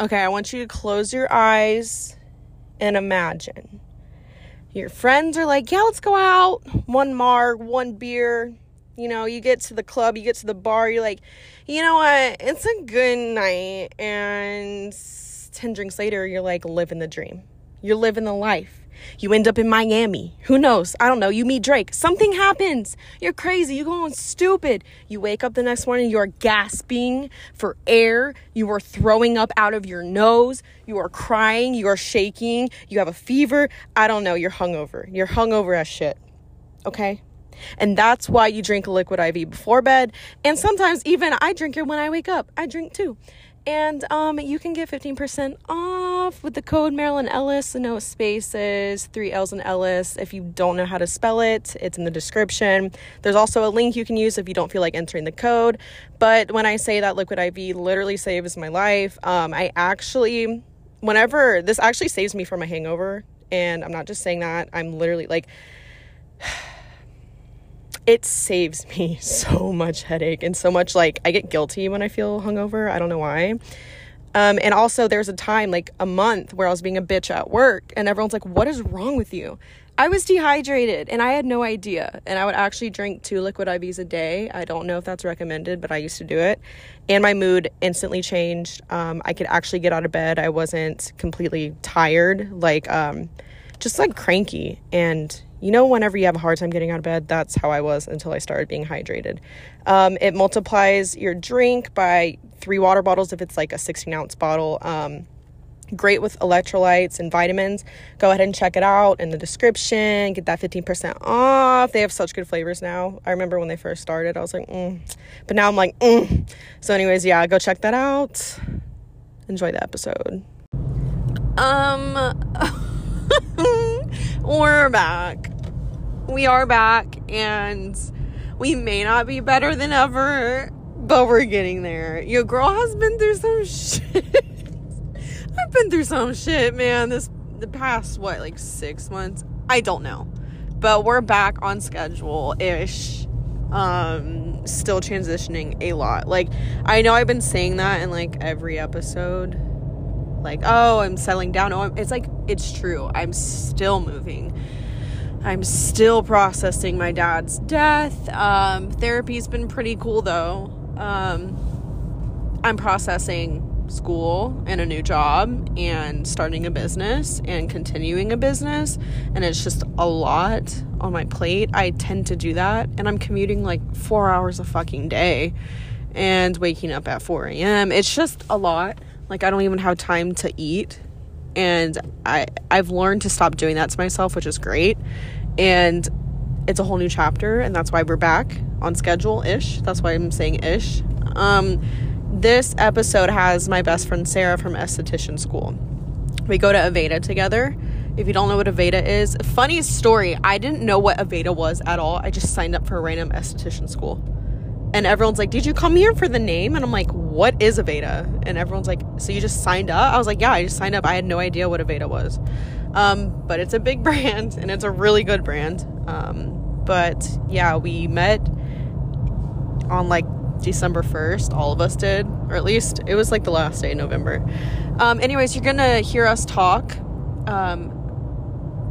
Okay, I want you to close your eyes and imagine. Your friends are like, yeah, let's go out. One marg, one beer. You know, you get to the club, you get to the bar, you're like, you know what? It's a good night. And 10 drinks later, you're like living the dream. You're living the life. You end up in Miami. Who knows? I don't know. You meet Drake. Something happens. You're crazy. You're going stupid. You wake up the next morning. You're gasping for air. You are throwing up out of your nose. You are crying. You are shaking. You have a fever. I don't know. You're hungover. You're hungover as shit. Okay? And that's why you drink liquid IV before bed. And sometimes even I drink it when I wake up. I drink too. And um, you can get 15% off with the code Marilyn Ellis, no spaces, three L's and Ellis. If you don't know how to spell it, it's in the description. There's also a link you can use if you don't feel like entering the code. But when I say that Liquid IV literally saves my life, um, I actually, whenever this actually saves me from a hangover, and I'm not just saying that, I'm literally like, it saves me so much headache and so much like I get guilty when I feel hungover. I don't know why. Um, and also, there's a time like a month where I was being a bitch at work, and everyone's like, "What is wrong with you?" I was dehydrated and I had no idea. And I would actually drink two liquid IVs a day. I don't know if that's recommended, but I used to do it. And my mood instantly changed. Um, I could actually get out of bed. I wasn't completely tired, like um, just like cranky. And you know, whenever you have a hard time getting out of bed, that's how I was until I started being hydrated. Um, it multiplies your drink by three water bottles if it's like a 16 ounce bottle. Um, great with electrolytes and vitamins. Go ahead and check it out in the description. Get that 15% off. They have such good flavors now. I remember when they first started, I was like, mm. but now I'm like, mm. so, anyways, yeah, go check that out. Enjoy the episode. Um. we're back. We are back, and we may not be better than ever, but we're getting there. Your girl has been through some shit. I've been through some shit, man. This the past what, like six months? I don't know, but we're back on schedule ish. Um, still transitioning a lot. Like I know I've been saying that in like every episode, like oh i'm settling down oh I'm, it's like it's true i'm still moving i'm still processing my dad's death um, therapy's been pretty cool though um, i'm processing school and a new job and starting a business and continuing a business and it's just a lot on my plate i tend to do that and i'm commuting like four hours a fucking day and waking up at 4 a.m it's just a lot like i don't even have time to eat and i i've learned to stop doing that to myself which is great and it's a whole new chapter and that's why we're back on schedule ish that's why i'm saying ish um this episode has my best friend sarah from esthetician school we go to aveda together if you don't know what aveda is funny story i didn't know what aveda was at all i just signed up for a random esthetician school and everyone's like, "Did you come here for the name?" And I'm like, "What is Aveda?" And everyone's like, "So you just signed up?" I was like, "Yeah, I just signed up. I had no idea what Aveda was." Um, but it's a big brand and it's a really good brand. Um, but yeah, we met on like December 1st, all of us did, or at least it was like the last day in November. Um, anyways, you're gonna hear us talk. um,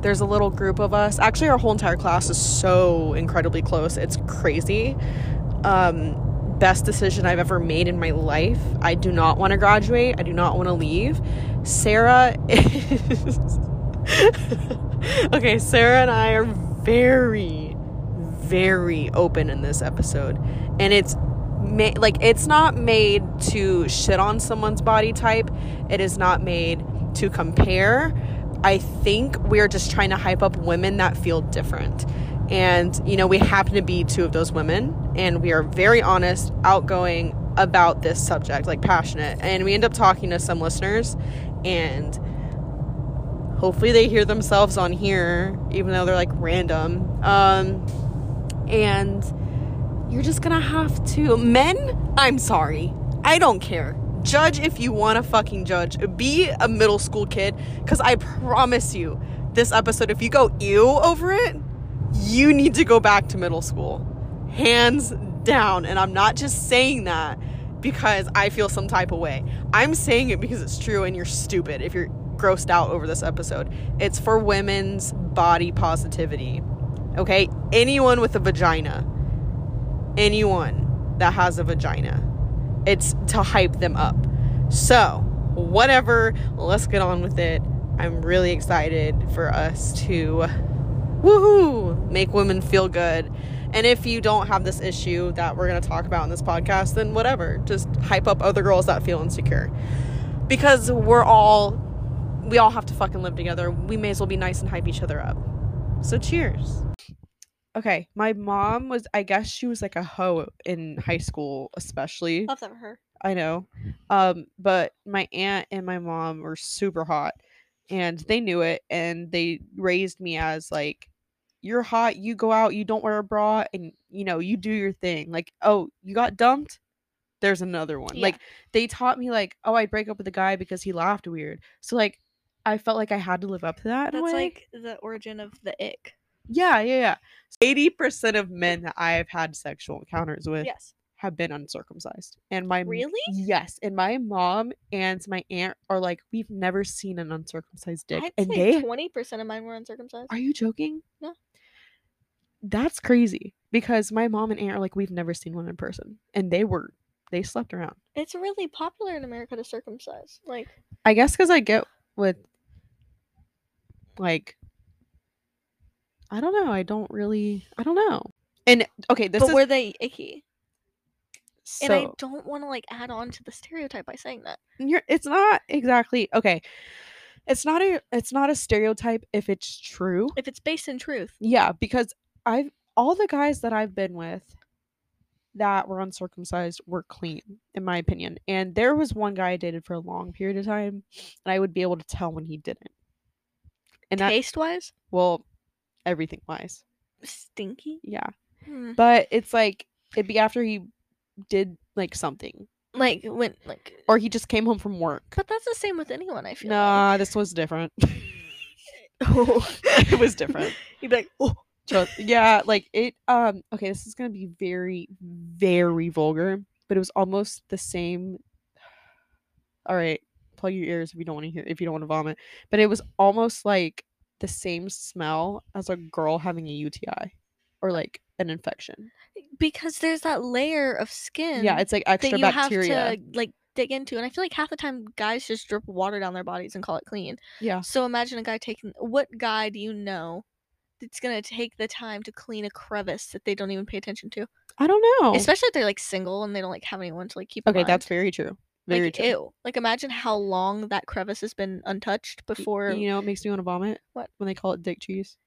there's a little group of us. Actually, our whole entire class is so incredibly close. It's crazy. Um, best decision I've ever made in my life. I do not want to graduate. I do not want to leave. Sarah is. okay, Sarah and I are very, very open in this episode. And it's. Ma- like it's not made to shit on someone's body type it is not made to compare i think we're just trying to hype up women that feel different and, you know, we happen to be two of those women, and we are very honest, outgoing about this subject, like passionate. And we end up talking to some listeners, and hopefully they hear themselves on here, even though they're like random. Um, and you're just gonna have to. Men, I'm sorry. I don't care. Judge if you wanna fucking judge. Be a middle school kid, because I promise you, this episode, if you go ew over it, you need to go back to middle school. Hands down. And I'm not just saying that because I feel some type of way. I'm saying it because it's true and you're stupid if you're grossed out over this episode. It's for women's body positivity. Okay? Anyone with a vagina. Anyone that has a vagina. It's to hype them up. So, whatever, let's get on with it. I'm really excited for us to woohoo, make women feel good. And if you don't have this issue that we're going to talk about in this podcast, then whatever. Just hype up other girls that feel insecure. Because we're all, we all have to fucking live together. We may as well be nice and hype each other up. So cheers. Okay, my mom was, I guess she was like a hoe in high school, especially. Love that for her. I know. Um, but my aunt and my mom were super hot and they knew it and they raised me as like you're hot, you go out, you don't wear a bra and you know, you do your thing. Like, oh, you got dumped? There's another one. Yeah. Like they taught me like, oh, I break up with a guy because he laughed weird. So like I felt like I had to live up to that. in a That's way. like the origin of the ick. Yeah, yeah, yeah. Eighty percent of men that I have had sexual encounters with Yes. have been uncircumcised. And my Really? Yes, and my mom and my aunt are like, we've never seen an uncircumcised dick, I'd and say they twenty percent of mine were uncircumcised. are you joking? No. That's crazy because my mom and aunt are like, we've never seen one in person, and they were they slept around. It's really popular in America to circumcise. Like I guess because I get with like I don't know. I don't really. I don't know. And okay, this but is were they icky? so. and I don't want to like add on to the stereotype by saying that. you're it's not exactly okay it's not a it's not a stereotype if it's true If it's based in truth. yeah because i've all the guys that i've been with that were uncircumcised were clean in my opinion and there was one guy i dated for a long period of time and i would be able to tell when he didn't and that Taste wise, well everything wise stinky. yeah Hmm. but it's like it'd be after he did like something Like when like or he just came home from work But that's the same with anyone, I feel like. nah this was different it was different You'd be like, oh Tru- yeah, like it. Um. Okay, this is gonna be very, very vulgar, but it was almost the same. All right, plug your ears if you don't want to hear. If you don't want to vomit, but it was almost like the same smell as a girl having a UTI or like an infection. because there's that layer of skin yeah, it's like extra that you bacteria. have to like dig into. And I feel like half the time guys just drip water down their bodies and call it clean. Yeah, So imagine a guy taking what guy do you know that's gonna take the time to clean a crevice that they don't even pay attention to? I don't know. Especially if they're like single and they don't like have anyone to like keep. in Oh. okay, that's mind. very true. Very like, true. Ew. Like imagine how long that crevice has been untouched Y- before. you know, it makes me want to vomit. What? when they call it dick cheese?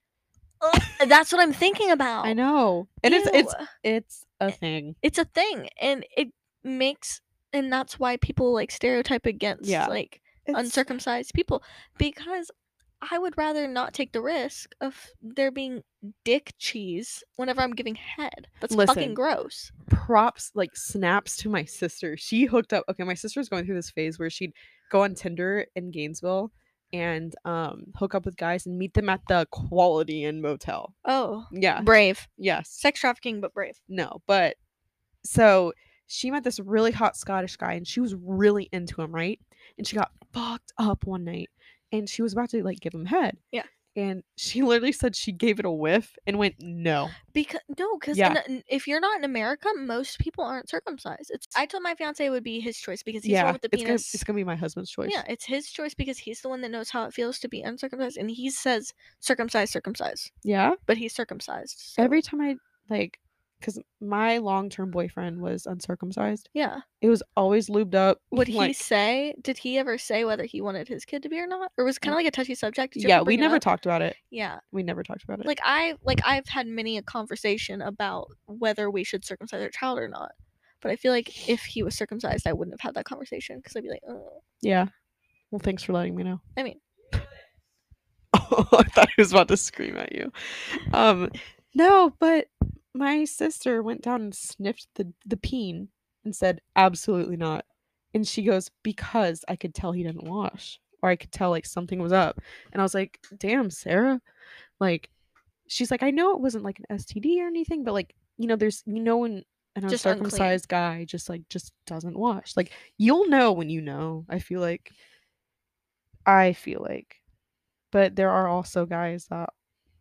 Ugh, that's what I'm thinking about. I know, and it's it's Oh. Ew. Eh, it's a thing. it's a thing, and it makes and that's why people like stereotype against Yeah. like It's- uncircumcised people because I would rather not take the risk of there being dick cheese whenever I'm giving head. That's Listen. fucking gross. props like snaps to my sister. She hooked up. Okay, my sister's going through this phase where she'd go on Tinder in Gainesville and um hook up with guys and meet them at the Quality Inn motel. Oh, Yeah. brave. Yes. Sex trafficking, but brave. No, but so she met this really hot Scottish guy and she was really into him, right? And she got fucked up one night and she was about to like give him head. Yeah. And she literally said she gave it a whiff and went, "No." Because no, because Yeah. if you're not in America, most people aren't circumcised. It's I told my fiance it would be his choice because he's the yeah. one with the it's gonna, penis. it's going to be my husband's choice. yeah, it's his choice because he's the one that knows how it feels to be uncircumcised, and he says circumcised, circumcised, Yeah. but he's circumcised. so- every time I like, because my long term boyfriend was uncircumcised, yeah. it was always lubed up. Would he like- say? Did he ever say whether he wanted his kid to be or not, or was it kind of like a touchy subject? Did you ever Yeah, we bring it never up? talked about it. Yeah, We never talked about it. like I like I've had many a conversation about whether we should circumcise our child or not, but I feel like if he was circumcised, I wouldn't have had that conversation because I'd be like, oh, yeah. Well, thanks for letting me know. I mean- oh, I thought he was about to scream at you. Um, no, but my sister went down and sniffed the the peen and said, "Absolutely not." And she goes, "Because I could tell he didn't wash, or I could tell like something was up." And I was like, "Damn, Sarah!" Like, she's like, "I know it wasn't like an STD or anything, but like, you know, there's you know when." an Just unclean. uncircumcised guy just like just doesn't wash. Like you'll know when you know. I feel like I feel like but there are also guys that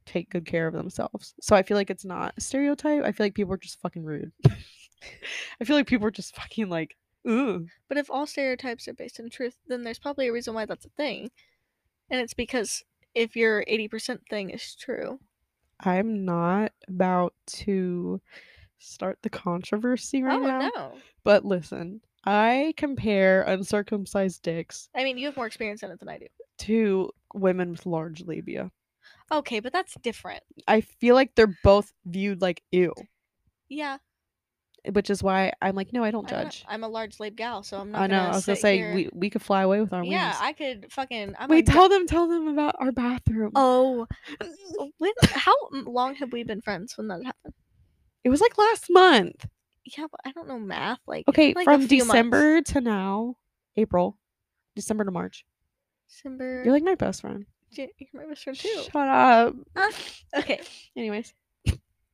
take good care of themselves. So I feel like it's not a stereotype. I feel like people are just fucking rude. I feel like people are just fucking like ooh. But if all stereotypes are based in truth, then there's probably a reason why that's a thing. And it's because if your 80% thing is true, I'm not about to start the controversy right oh now. no. But listen, I compare uncircumcised dicks I mean, you have more experience in it than I do. to women with large labia. Okay, but that's different. I feel like they're both viewed like ew, Yeah. which is why I'm like, no, I don't I'm, judge. not- I'm a large lab gal, so I'm not. I know. Gonna I was gonna sit say here- we we could fly away with our Yeah, wings. I could fucking. I'm Wait, a, tell them, tell them about our bathroom. Oh, when, how long have we been friends when that happened? It was like last month. Yeah, but I don't know math. Like Okay, like a from few months. December to now, April, December to March. December. You're like my best friend. Ja- you're my best friend too. Shut up. Ah, okay, Anyways,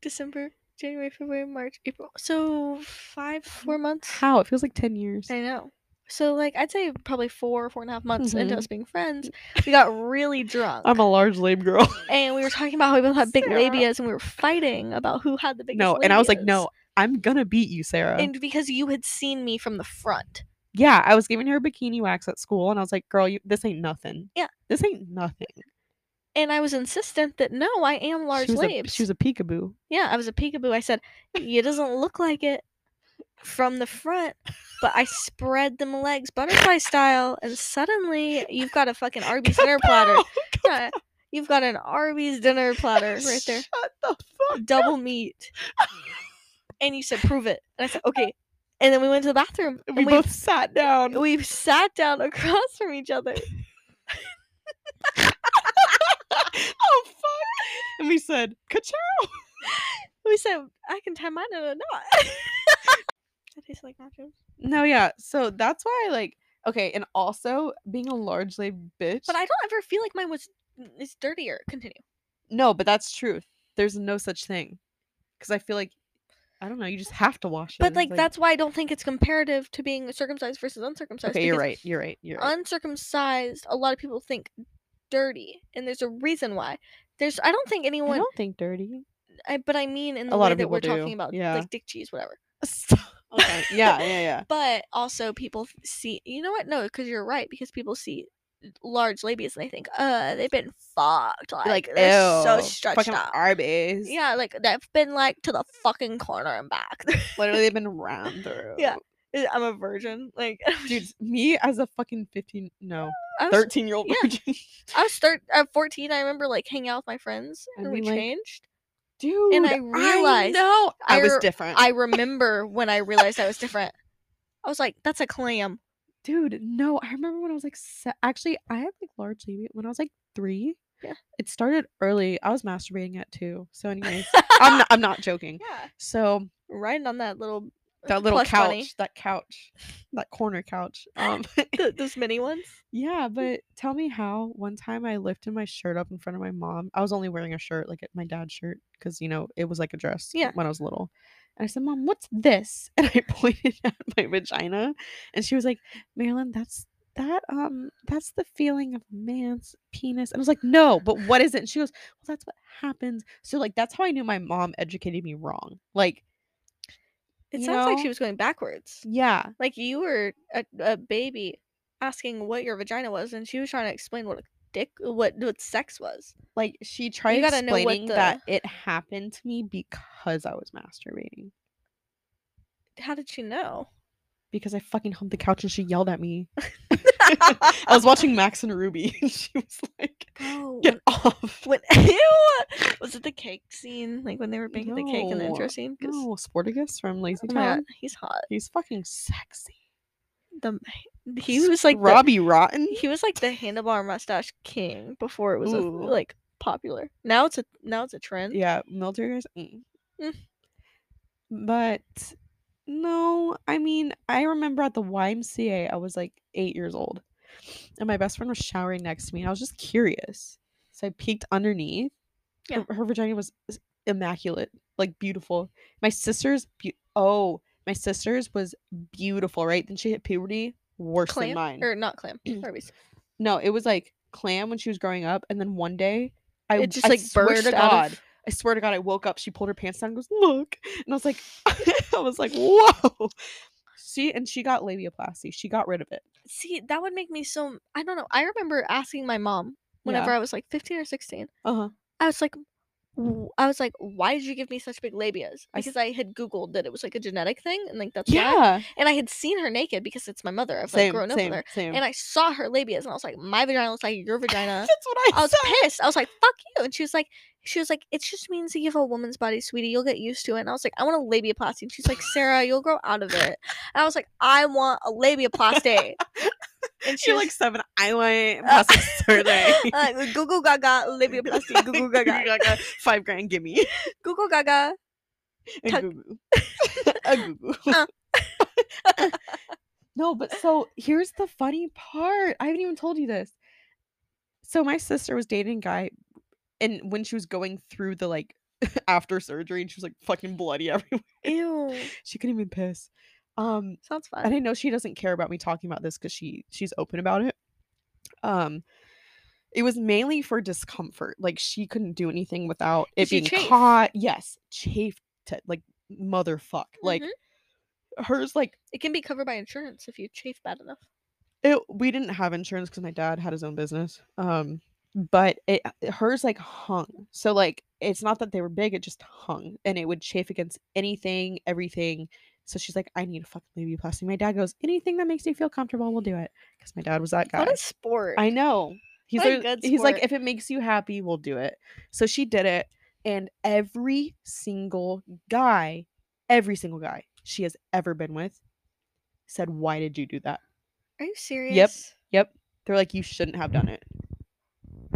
December, January, February, March, April. So five, four months. how it feels like ten years. I know. So like I'd say probably four, four and a half months into Mhm. us being friends, we got really drunk. Mm. I'm a large lame girl. and we were talking about how we both had big Sarah. labias and we were fighting about who had the biggest no, and I was like, labias. no, I'm gonna beat you, Sarah. and because you had seen me from the front yeah, I was giving her bikini wax at school, and I was like, girl, you this ain't nothing. Yeah. this ain't nothing. and i was insistent that no i am large she was labes A, she was a peekaboo. yeah i was a peekaboo i said it doesn't look like it from the front but i spread them legs butterfly style and suddenly you've got a fucking arby's dinner platter Kapow! Yeah, you've got an arby's dinner platter right there Shut the fuck. double meat and you said prove it and i said okay and then we went to the bathroom We, and we both sat down. we sat down across from each other. oh fuck! And we said, "Kachow!" We said, I can tie mine in a knot. that tastes like nachos. No, yeah. So that's why, like, okay, and also being a large lame bitch. But I don't ever feel like mine was mm, is dirtier. Continue. no, but that's truth. There's no such thing, because I feel like I don't know. You just have to wash it. But It's like that's why I don't think it's comparative to being circumcised versus uncircumcised. Okay, you're because right. You're right. You're right. Uncircumcised, a lot of people think dirty, and there's a reason why. There's I don't think I anyone don't think dirty. I, but I mean in A the lot way of that we're people talking do, about yeah. like dick cheese, whatever. okay. Yeah. Yeah. Yeah. But also people f- see you know what? No, because you're right, because people see large labias and they think, uh, they've been fucked. Like, Like, they're so ew, stretched Fucking out. Arby's. Yeah, like they've been like to the fucking corner and back. Literally, they've been ran through. Yeah. I'm a virgin. Like Dude, me as a fucking 15, no, I was, 13 year old yeah. virgin. I was thir- at 14, I remember like hanging out with my friends I'd and we be like- changed. Dude, I realized no, I, was I- different. I remember when I realized I was different. I was like, that's a clam. Dude, no, I remember when I was like, se- actually, I had like large labia when I was like three. Yeah. It started early. I was masturbating at two. So, anyways, I'm, not, I'm not joking. Yeah. So, Riding on that little that little Uh, Plus couch, bunny. that couch, that corner couch. Um, th- those mini ones. Yeah, Mm. but tell me how. One time I lifted my shirt up in front of my mom. I was only wearing a shirt, like my dad's shirt, because, you know, it was like a dress Yeah. when I was little. And I said, Mom, what's this? And I pointed at my vagina. And she was like, Marilyn, that's that um that's the feeling of a man's penis and i was like no but what is it and she goes well that's what happens so like that's how i knew my mom educated me wrong like It You sounds like know? she was going backwards. yeah Like you were a, a baby asking what your vagina was, and she was trying to explain what a dick, what what sex was. like she tried gotta know what explaining that it happened to me because i was masturbating How did she know? because I fucking humped the couch and she yelled at me. I was watching Max and Ruby and she was like, Oh, get off. when, when- ew! Was it the cake scene? Like when they were making the cake in the No, intro scene? 'Cause- No, Sportagus Oh, from Lazy oh Town. my god, he's hot. He's fucking sexy. The he was like the, Robbie Rotten. he was like the handlebar mustache king before it was a, Ooh. like popular. Now it's a now it's a trend. Yeah, military guys. mm. Mm. But no, I mean, I remember at the YMCA, I was like eight years old, and my best friend was showering next to me, and I was just curious, so I peeked underneath. Yeah. Her, her vagina was s- immaculate, like beautiful. My sister's, beau- Oh, my sister's was beautiful, right? Then she hit puberty worse Clam than mine. or not clam? Arby's. no, it was like clam when she was growing up, and then one day I It just I like swear burst to out. God, Of, I swear to God, I woke up. She pulled her pants down and goes, "Look," and I was like, I was like, "Whoa!" She and she got labiaplasty. She got rid of it. see, that would make me so. I don't know. I remember asking my mom whenever I was like 15 or 16. Uh huh. I was like, "W- I was like, why did you give me such big labias? I s- Because I had Googled that it was like a genetic thing, and like that's why. Yeah. And I had seen her naked because it's my mother. I've like Same. grown up same. with her, Same. and I saw her labias, and I was like, my vagina looks like your vagina. That's what I, I was said. pissed. I was like, "Fuck you!" And she was like, "She was like, it just means you have a woman's body, sweetie. You'll get used to it." And I was like, "I want a labiaplasty." And she's like, "Sarah, you'll grow out of it." And I was like, "I want a labiaplasty." and she You're was like seven. I want Uh, plastic surgery. like, "Google Gaga labiaplasty. Google Gaga. Gaga, Five grand, give me. Google Gaga." A Tuck- goo-goo. A goo-goo. Uh. Uh. no, but so here's the funny part. I haven't even told you this. So my sister was dating a guy, and when she was going through the like after surgery, and she was like fucking bloody everywhere. Ew, She couldn't even piss. Um, sounds fun. and I know she doesn't care about me talking about this because she she's open about it. Um, it was mainly for discomfort. Like she couldn't do anything without Did it she being chafe? caught. Yes, chafed to, like motherfuck. Like Mhm. hers, like it can be covered by insurance if you chafe bad enough. it. We didn't have insurance because my dad had his own business. Um, but it uh, hers like hung. So like it's not that they were big. It just hung, and it would chafe against anything, everything. So she's like, I need a fucking labiaplasty. My dad goes, anything that makes you feel comfortable, we'll do it. Because my dad was that guy. What a sport! I know. He's What a like, good he's like, sport. if it makes you happy, we'll do it. So she did it, and every single guy, every single guy she has ever been with, said, "Why did you do that?" Are you serious? Yep, they're like, "You shouldn't have done it."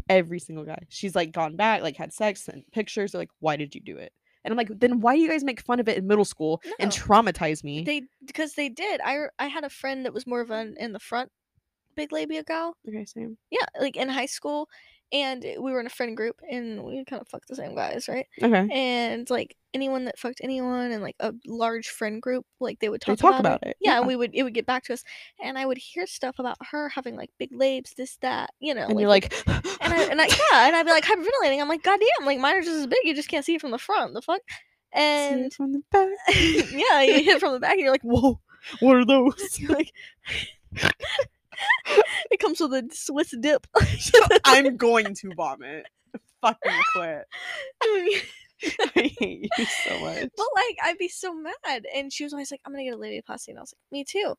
Every single guy. She's like gone back, like had sex, sent pictures. They're like, "Why did you do it?" And I'm like, "Then why do you guys make fun of it in middle school and No. traumatize me?" They because they did. I r- I had a friend that was more of an in the front big labia gal. okay, same. Yeah, like in high school, and it- we were in a friend group, and we kind of fucked the same guys, right? Okay, And like anyone that fucked anyone, and like a large friend group, like they would they talk, talk about, it. about it. Yeah, and we would it would get back to us, and I would hear stuff about her having like big labes, this that, you know, and you're like, and I, and I yeah, and I'd be like hyperventilating. I'm like, God damn, like mine are just as big. You just can't see it from the front. The fuck, "See it and from the back. yeah, you hit it from the back, and you're like, whoa. What are those? You're like, it comes with a Swiss dip. I'm going to vomit. Fucking quit. but I hate you so much. like, I'd be so mad. And she was always like, I'm gonna get a labiaplasty, and I was like, me too.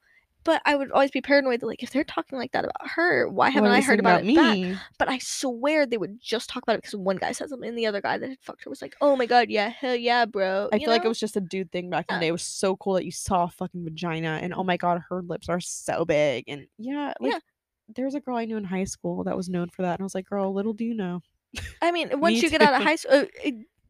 But I would always be paranoid that like if they're talking like that about her, why haven't I heard about, it back? But I swear they would just talk about it because one guy said something, and the other guy that had fucked her was like, "Oh my god, yeah, hell yeah, bro." I you feel like it know? was just a dude thing back in Yeah. the day. It was so cool that you saw a fucking vagina and oh my god, her lips are so big. And yeah, like Yeah. there was a girl I knew in high school that was known for that. And I was like, girl, little do you know. I mean, once Me you get out of high school,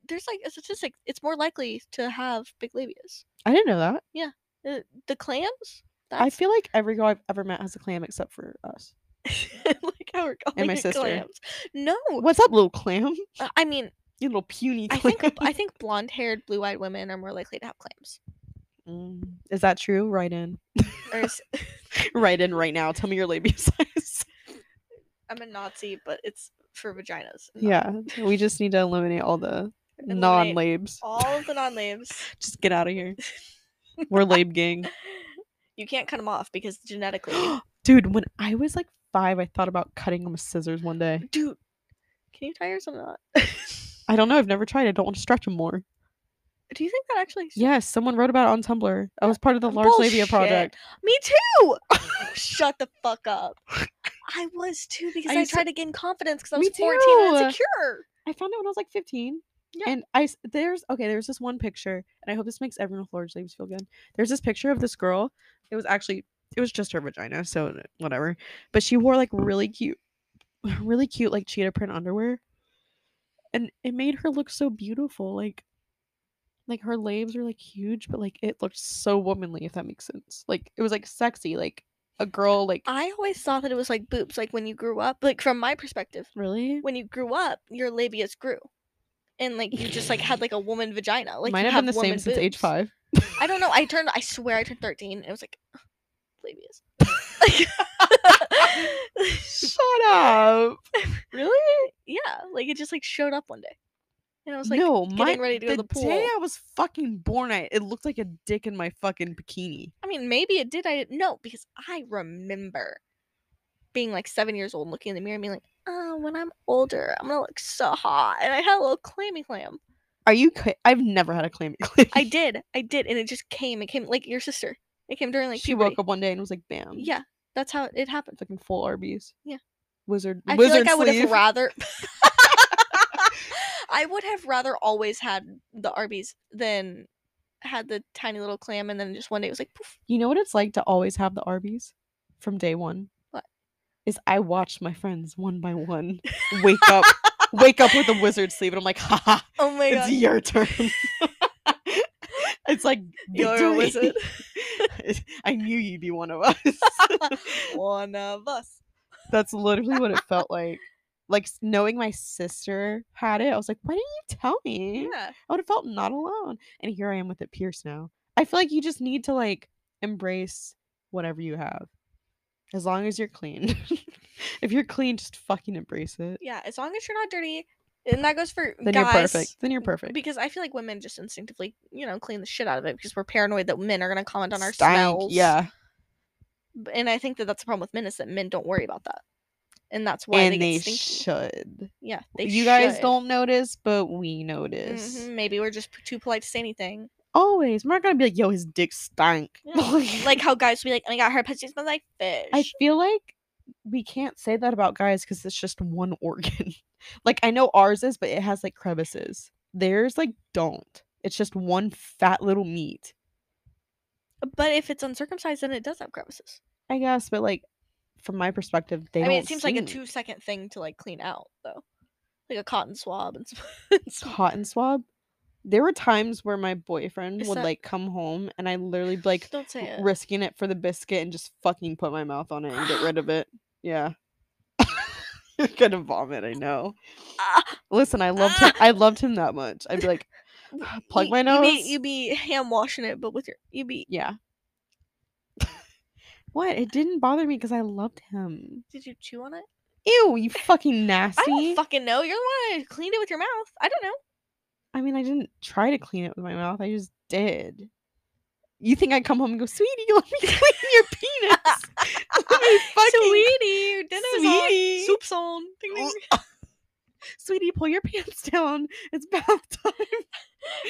there's like a statistic. It's more likely to have big labias. I didn't know that. Uh, the clams. I feel like every girl I've ever met has a clam except for us. like how we're calling my it sister. clams. No, What's up, little clam? uh, I mean, You little puny I clam. think I think blonde-haired, blue-eyed women are more likely to have clams. Mm, Is that true? Right in. Or is, Right in right now. Tell me your labia size. I'm a Nazi, but it's for vaginas. and not- Yeah, we just need to eliminate all the Eliminate non labes. all of the non-labes. Just get out of here. We're lab gang. You can't cut them off because genetically, Dude, when I was like five, I thought about cutting them with scissors one day. dude. Can you tie yours or not? I don't know. I've never tried. I don't want to stretch them more. Do you think that actually? Yes, someone wrote about it on Tumblr. I was part of the Large Labia Bullshit. Project. Me too. Shut the fuck up. I was too because I I, used to- tried to gain confidence because I Me was 14 and too. insecure. I found it when I was like 15. Yeah. And I s- there's okay, there's this one picture, and I hope this makes everyone with large labes feel good. There's this picture of this girl. It was actually it was just her vagina, so whatever. But she wore like really cute, really cute like cheetah print underwear, and it made her look so beautiful. Like, like her labes were like huge, but like it looked so womanly. If that makes sense, like it was like sexy, like a girl like I always thought that it was like boobs, like when you grew up. Like from my perspective, really. when you grew up, your labias grew, and like you just like had like a woman vagina. Like Mine you have been the have same woman since age boobs. five. I don't know. I turned. I swear, I turned thirteen. It was like plebeians. Shut up. Really? yeah, like it just like showed up one day, and I was like, no, getting my ready to go the, to the pool. day I was fucking born, I it looked like a dick in my fucking bikini. I mean, maybe it did. I didn't know because I remember being like seven years old, and looking in the mirror, and being like, "Oh, when I'm older, I'm gonna look so hot." And I had a little clammy clam. Are you? ki- I've never had a clammy clam. I did, I did, and it just came. It came like your sister. It came during like she puberty. woke up one day and was like, "Bam!" Yeah, that's how it happened. fucking full Arby's. Yeah. Wizard. I wizard feel like I would sleeve. have rather. I would have rather always had the Arby's than had the tiny little clam, and then just one day it was like, poof. You know what it's like to always have the Arby's from day one? What? Is I watched my friends one by one wake up, wake up with a wizard sleeve, and I'm like, ha ha, Oh my it's god, your turn. it's like You're a victory. wizard. I knew you'd be one of us. one of us. That's literally what it felt like. Like s- knowing my sister had it, I was like, why didn't you tell me? Yeah, I would have felt not alone. And here I am with it pierced now. I feel like you just need to like embrace whatever you have. As long as you're clean. if you're clean, just fucking embrace it. yeah. As long as you're not dirty, and that goes for Then guys. you're perfect. Then you're perfect. Because I feel like women just instinctively, you know, clean the shit out of it because we're paranoid that men are gonna comment on our Stank, smells. Yeah. B- and I think that that's the problem with men is that men don't worry about that, and that's why and they get they stinky. should. yeah, they you guys should. don't notice, but we notice. Mhm, Maybe we're just p- too polite to say anything. Always. We're not gonna be like, yo, his dick stank. Yeah. Like how guys would be like, "Oh my god, her pussy smells like fish." I feel like we can't say that about guys because it's just one organ. like I know ours is, but it has like crevices. Theirs like don't. It's just one fat little meat, but if it's uncircumcised, then it does have crevices. I guess. But like from my perspective, they I don't. mean, it seems like a seem- two-second thing to like clean out, though, like a cotton swab and. Some, cotton swab. There were times where my boyfriend Is would that- like come home and I literally be like don't say it. risking it for the biscuit and just fucking put my mouth on it and get rid of it. Yeah. You're gonna vomit, I know. Ah, Listen, I loved him. I loved him that much. I'd be like, "Ah, plug you- my You nose. be, you be ham washing it, but with your you be. yeah. what? It didn't bother me because I loved him. Did you chew on it? Ew, you fucking nasty. I don't fucking know. You're the one who cleaned it with your mouth. I don't know. I mean, I didn't try to clean it with my mouth. I just did. You think I come home and go, sweetie, let me clean your penis. Let me fucking- Ah, Sweetie, your dinner's Sweetie. on. Soup's on. Ding, ding, ding. Sweetie, pull your pants down. It's bath time.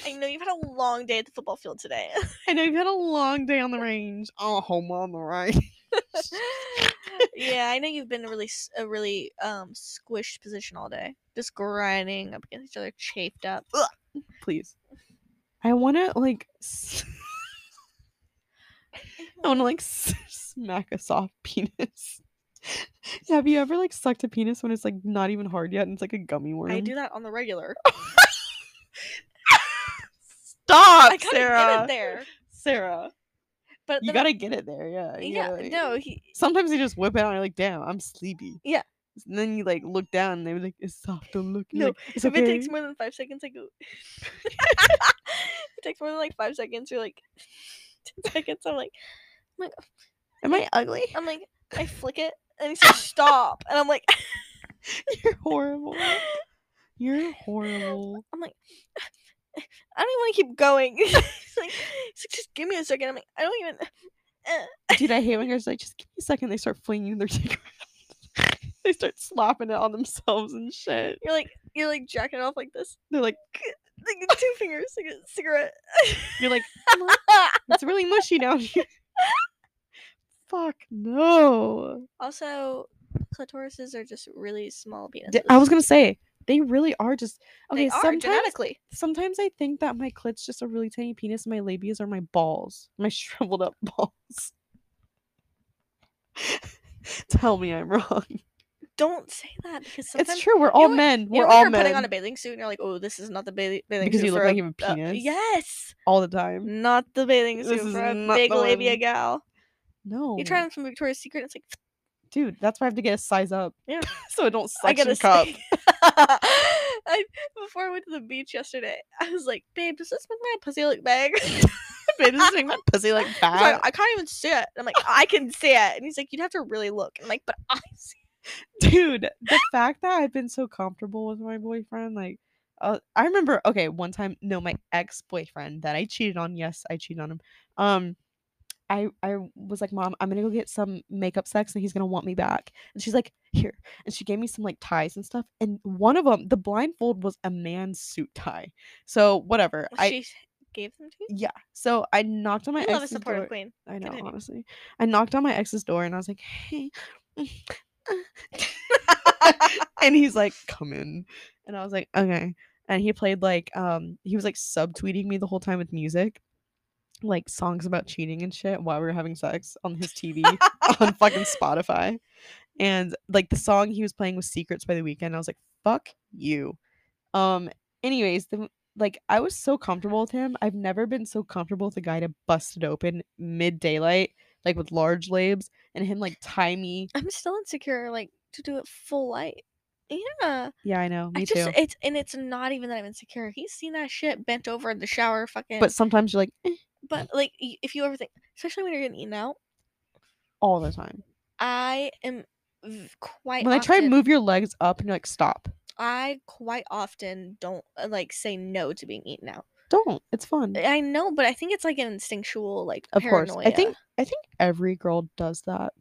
I know you've had a long day at the football field today. I know you've had a long day on the range. Oh, home on the range. yeah, I know you've been in a really s- a really um squished position all day, just grinding up against each other, chafed up. Ugh. Please. I want to, like, s- I want to like s- smack a soft penis. Have you ever like sucked a penis when it's like not even hard yet and it's like a gummy worm? I do that on the regular. Stop, I gotta get Sarah. it there, Sarah, but you then I- gotta get it there. Yeah. you yeah, gotta, like- no, he, Sometimes you just whip it out and you're like, damn, I'm sleepy. Yeah. And then you like look down and they're like, it's soft. Don't look. and no. you're like, it's if okay. it takes more than five seconds, I go. If it takes more than like five seconds or like ten seconds. I'm like, Am I ugly? I'm like, I flick it, and he says stop, and I'm like, You're horrible. You're horrible. I'm like, I don't even want to keep going. he's, like, he's like, just give me a second. I'm like, I don't even. Uh, Dude, I hate when girls are like, just give me a second. They start flinging their dick around. they start slapping it on themselves and shit. you're like, you're like jacking off like this, They're like, like two fingers, like a cigarette. you're like, it's really mushy down here. Fuck no. also, clitorises are just really small penises. D- I was gonna say they really are just okay. They are sometimes, genetically. sometimes I think that my clit's just a really tiny penis, and my labias are my balls, my shriveled up balls. Tell me I'm wrong. Don't say that because sometimes it's true. We're all know what- men. You We're know when all you're putting on men a bathing suit and you're like, oh, this is not the ba- bathing Because suit you look for like you have a uh, penis. yes, all the time. not the bathing This suit is for a not big the labia one. Hmm. gal. No, You try on some Victoria's Secret, it's like dude. That's why I have to get a size up. Yeah. so I don't I suction gotta cup. say, I before I went to the beach yesterday, I was like, babe, does this make my pussy look big? spit and swing my pussy like He's like, that. I can't even see it. I'm like, I can see it. And he's like, you'd have to really look. I'm like, but I see Dude, the fact that I've been so comfortable with my boyfriend, like, uh, I remember, okay, one time, no, my ex boyfriend that I cheated on. Yes, I cheated on him. Um, I I was like, Mom, I'm gonna go get some makeup sex, and he's gonna want me back. And she's like, Here. And she gave me some like ties and stuff. And one of them, the blindfold was a man's suit tie. So whatever. it. I she gave them to you? yeah. So I knocked on my I love a ex's supportive door. queen. I know, Continue. honestly. I knocked on my ex's door and I was like, hey. mm, and he's like, come in. And I was like, okay. And he played like, um, he was like subtweeting me the whole time with music, like songs about cheating and shit while we were having sex on his TV on fucking Spotify. And like the song he was playing was Secrets by the Weekend. I was like, fuck you. Um, anyways, the like I was so comfortable with him. I've never been so comfortable with a guy to bust it open mid daylight, like with large labes, and him like tie me. I'm still insecure, like to do it full light. Yeah, Yeah, I know, me I just too. it's and it's not even that I'm insecure. He's seen that shit bent over in the shower, fucking. But sometimes you're like "Eh," but like, y- if you ever think, especially when you're getting eaten out, all the time. I am v- quite. When I try and often- move your legs up, and you're like, stop. I quite often don't uh, like say no to being eaten out. Don't. It's fun. I know, but I think it's like an instinctual like Of paranoia. course. I think I think every girl does that.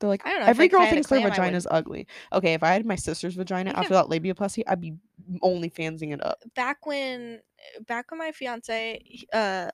They're like I don't know. if, every like, if I girl had a thinks their clam, I would- vagina's ugly. Okay, if I had my sister's vagina Yeah. after that labiaplasty, I'd be only fansing it up. back when uh, back when my fiance he- uh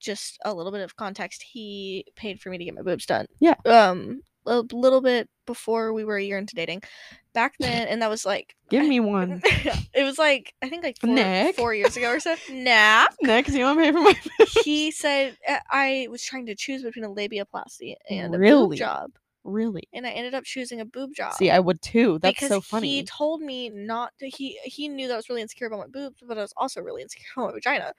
just a little bit of context he paid for me to get my boobs done Yeah. um a little bit before we were a year into dating back then and that was like Give I- me one. it was like i think like four, Nick? four years ago or so nah Next, you want to pay for my he said uh, i was trying to choose between a labiaplasty and a boob Really? job really? and i ended up choosing a boob job See, I would too. That's because so funny. he told me not to, he he knew that I was really insecure about my boobs, but I was also really insecure about my vagina.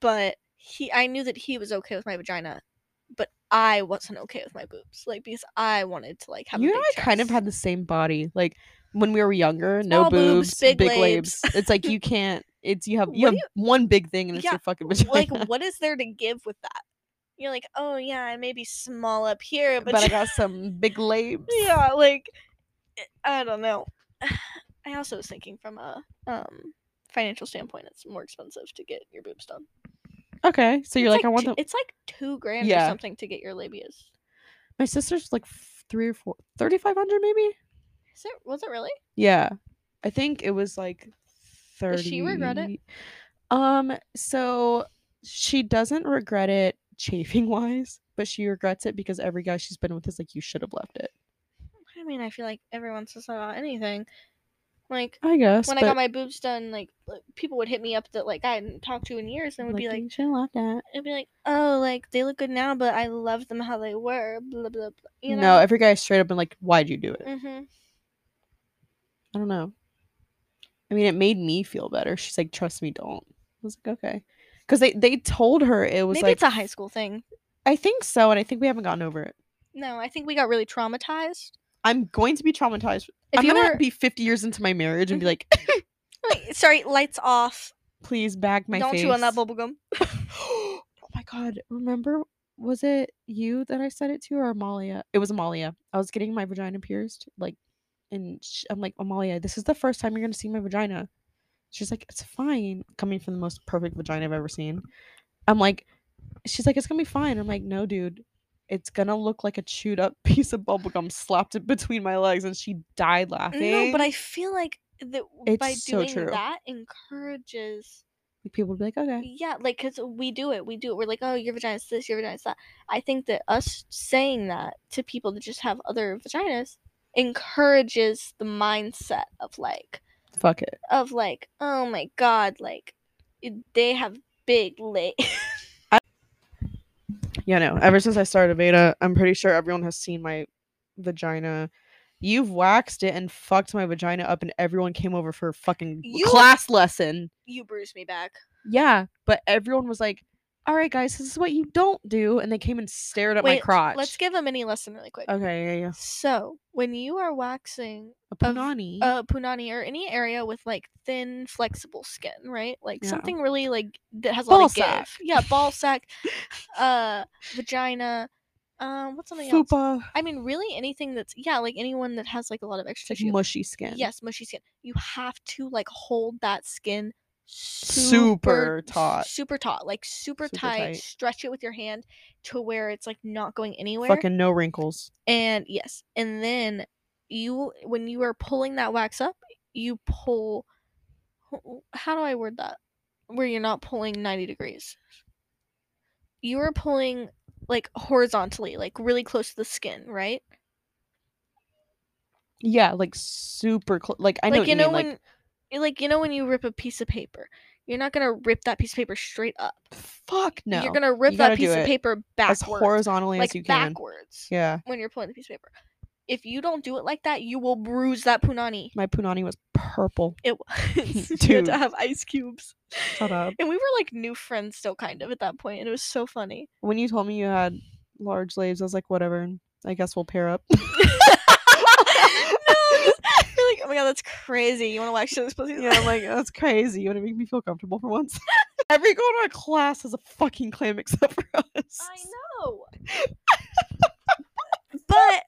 But he I knew that he was okay with my vagina, but I wasn't okay with my boobs, like because I wanted to like have a you and big I kind of chest. had the same body. Like when we were younger, no Small boobs, boobs, big big, labes. labes. It's like you can't. It's you have you What have do one big thing and it's Yeah, your fucking vagina. like what is there to give with that? You're like, oh yeah, I may be small up here, but, but I got some big labes. yeah, like eh, I don't know. I also was thinking from a um financial standpoint, it's more expensive to get your boobs done. Okay, so you're It's like, I want two- them. It's like two grand or Yeah. something to get your labias. My sister's like f- three or four, thirty five hundred maybe. Is it? Was it really? Yeah, I think it was like thirty. Does she regret it? Um, so she doesn't regret it chafing wise, but she regrets it because every guy she's been with is like, you should have left it. I mean, I feel like everyone says that about anything. Like I guess. when I but- got my boobs done, like like, people would hit me up that like I hadn't talked to in years, and would be like, should love that. it'd be like, oh, like they look good now, but I love them how they were. Blah blah. blah you No, know. every guy straight up been like, why'd you do it? hmm I don't know. I mean, it made me feel better. She's like, trust me, don't. I was like, okay. Because they, they told her it was Maybe like, it's a high school thing. I think so, and I think we haven't gotten over it. No, I think we got really traumatized. I'm going to be traumatized. If I'm you gonna were be 50 years into my marriage and be like, Wait, sorry, lights off. please bag my Don't face. chew on that bubble gum. oh my god! Remember, was it you that I said it to, or Amalia? It was Amalia. I was getting my vagina pierced, like, and sh I'm like, Amalia, this is the first time you're gonna see my vagina. She's like, it's fine. Coming from the most perfect vagina I've ever seen, I'm like, she's like, it's gonna be fine. I'm like, no, dude. It's gonna look like a chewed up piece of bubblegum slapped it between my legs, and she died laughing. No, but I feel like that w- by It's so doing true. that encourages Like, people would be like, okay, yeah, like because we do it, we do it. We're like, oh, your vagina's this, your vagina's that. I think that us saying that to people that just have other vaginas encourages the mindset of like, fuck it. of like, oh my god, like it- they have big leg. Yeah, no. Ever since I started Aveda, I'm pretty sure everyone has seen my vagina. You've waxed it and fucked my vagina up, and everyone came over for a fucking You- class lesson. you bruise me back. Yeah, but everyone was like, all right, guys, this is what you don't do. And they came and stared at my Wait, crotch. Let's give a mini lesson really quick. Okay, yeah, yeah. So, when you are waxing A Of- uh, punani. a punani or any area with like thin, flexible skin, right? Like Yeah. something really like that has a Ball lot of sack. give. Yeah, ball sack, uh, vagina. Um, what's something else? Fupa. I mean, really anything that's yeah, like anyone that has like a lot of extra tissue. Mushy skin. Yes, mushy skin. You have to like hold that skin Super taut. super taut, like super, Super tight, tight. Stretch it with your hand to where it's like not going anywhere. Fucking no wrinkles. And yes, and then you when you are pulling that wax up, you pull. How do I word that? Where you're not pulling ninety degrees. You are pulling like horizontally, like really close to the skin, right? Yeah, like super close. Like I know, like what you know mean, when, like, like, you know when you rip a piece of paper, you're not gonna rip that piece of paper straight up. fuck no. You're gonna rip You gotta that do piece of it paper as backwards, horizontally like as you can. backwards Yeah, when you're pulling the piece of paper. If you don't do it like that, you will bruise that punani. my punani was purple. It was. we had Dude. to have ice cubes. Shut up. And we were like new friends still, kind of, at that point, And it was so funny. When you told me you had large leaves, I was like, whatever. I guess we'll pair up. no, you're like, oh my god, that's crazy. You want to watch this pussy? Yeah, I'm like, that's crazy. You want to make me feel comfortable for once. Every girl in our class has a fucking clam except for us. I know. but,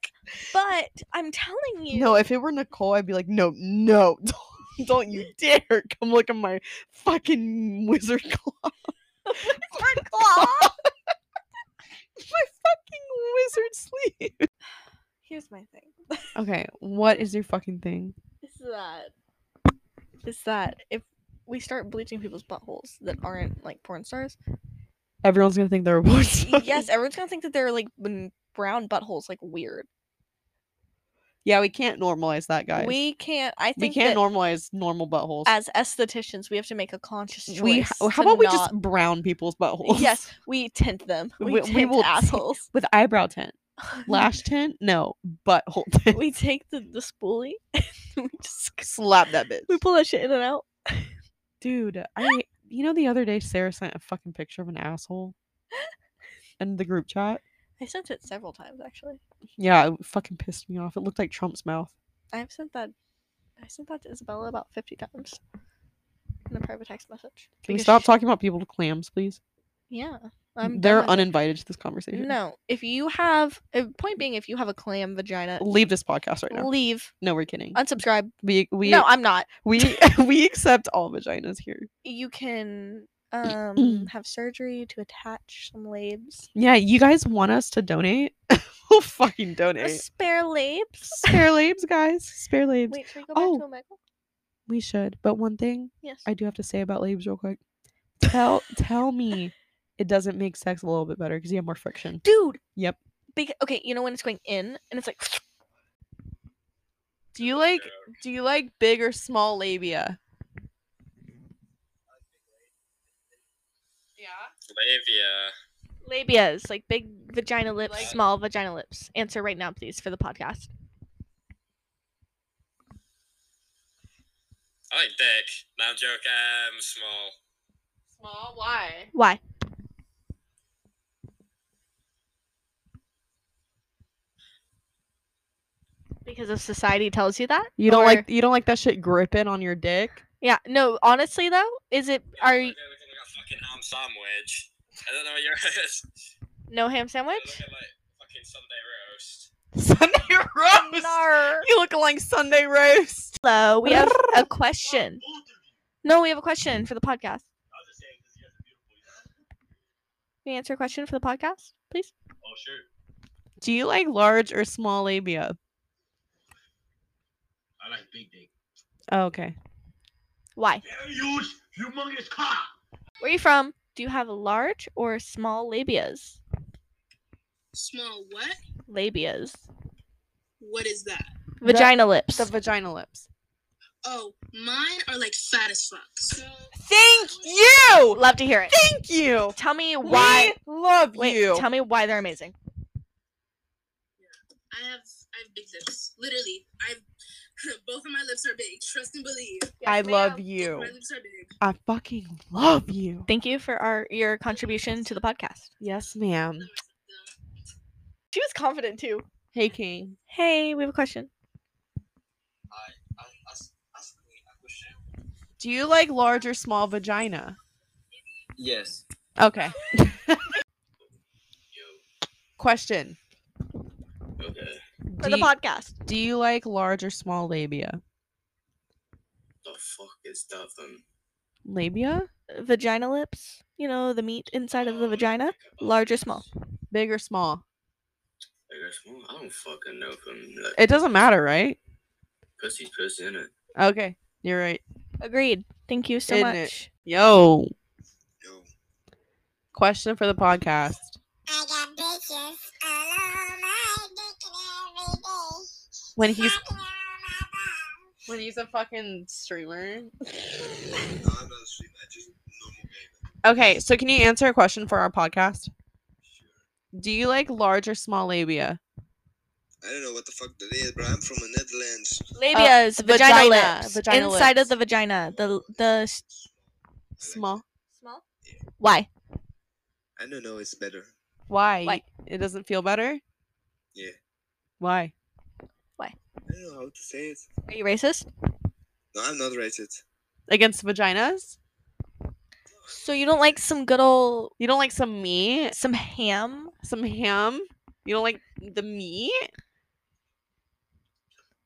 but I'm telling you. No, if it were Nicole, I'd be like, no, no, don't, don't you dare come look at my fucking wizard claw. Wizard claw. my fucking wizard sleeve. Here's my thing. Okay, what is your fucking thing? Is that? Is that if we start bleaching people's buttholes that aren't like porn stars? Everyone's gonna think they're a porn star. yes, everyone's gonna think that they're like n- brown buttholes, like weird. Yeah, we can't normalize that, guys. We, We can't. I think can't that normalize normal buttholes. as estheticians, we have to make a conscious choice. we, how to about we just not- brown people's buttholes? Yes, we tint them. We, We- we tint will tint- assholes. With eyebrow tint. Lash tint? No. Butthole tint. we take the the spoolie. And we just Slap that bitch. we pull that shit in and out. Dude, I you know the other day Sarah sent a fucking picture of an asshole in the group chat. I sent it several times actually. Yeah, it fucking pissed me off. It looked like Trump's mouth. I've sent that. I sent that to Isabella about fifty times in a private text message. Can we Because stop she- talking about people with clams, please? Yeah, I'm. They're done. uninvited to this conversation. No, if you have uh, point being, if you have a clam vagina, Leave this podcast right now. leave, No, we're kidding. unsubscribe. We we no, I'm not. we we accept all vaginas here. you can um have surgery to attach some labes. Yeah, you guys want us to donate? we'll fucking Or donate. uh, spare labes. Spare labes, guys. Spare labes. Wait, should we go Oh. back to Omega? We should. But one thing Yes. I do have to say about labes real quick. Tell tell me it doesn't make sex a little bit better because you have more friction. Dude. Yep. Big okay, you know when it's going in and it's like Do you like do you like big or small labia? Yeah. Labia. labias, like big vagina lips, Like- small vagina lips. Answer right now, please, for the podcast. I like dick. No I'm joking. I'm small. Small? Why? Why? Because if society tells you that? You don't Or- like you don't like that shit gripping on your dick? Yeah, no, honestly though, is it are you you looking like a fucking ham sandwich? I don't know what yours is. no ham You're sandwich? looking like fucking Sunday roast. Sunday roast. Nar. You look like Sunday roast. Hello, we have a question. Oh, No, we have a question for the podcast. was just saying because you guys are beautiful. Can you answer a question for the podcast, please? Oh shoot. Do you like large or small labia? I like big dick. Oh, okay. Why? Very huge, humongous cock. Where are you from? Do you have large or small labias? Small what? Labias. What is that? Vagina lips. The vagina lips. Oh, mine are like fat as fuck. So Thank you! Oh, Love to hear it. Thank you. Tell me Why why. love Wait, you. tell me why they're amazing. I have I have big lips. Literally, I've both of my lips are big. Trust and believe. I Both love of you. My lips are big. I fucking love you. Thank you for our your contribution to the podcast. Yes, ma'am. She was confident too. Hey, King. Hey, we have a question. Ask- ask- ask me a question. Do you like large or small vagina? Yes. Okay. Yo. Question. Okay. For Do the you, podcast. do you like large or small labia? The fuck is that then? Labia? Vagina lips, you know, the meat inside Oh, of the vagina. Large or small? Big or small? I guess, well, I don't fucking know if I'm like It doesn't matter, right? pussy's pussy in it. Okay. You're right. Agreed. Thank you so Isn't it? much. Yo. Yo. Question for the podcast. I got bitches all on my dick and everything. When he's Fucking on my balls. when he's a fucking streamer. I'm not asleep. I just normal game. Okay, so can you answer a question for our podcast? Do you like large or small labia? I don't know what the fuck that is, but I'm from the Netherlands. Labia is Uh, vagina, vagina, lips. vagina inside lips. of the vagina. Uh, The the s- Small. small. Why? I don't know. It's better. Why? Why? It doesn't feel better? Yeah. Why? I don't know how to say it. Are you racist? No, I'm not racist. Against vaginas? So you don't like some good old You don't like some meat? some ham? Some ham? You don't like the meat?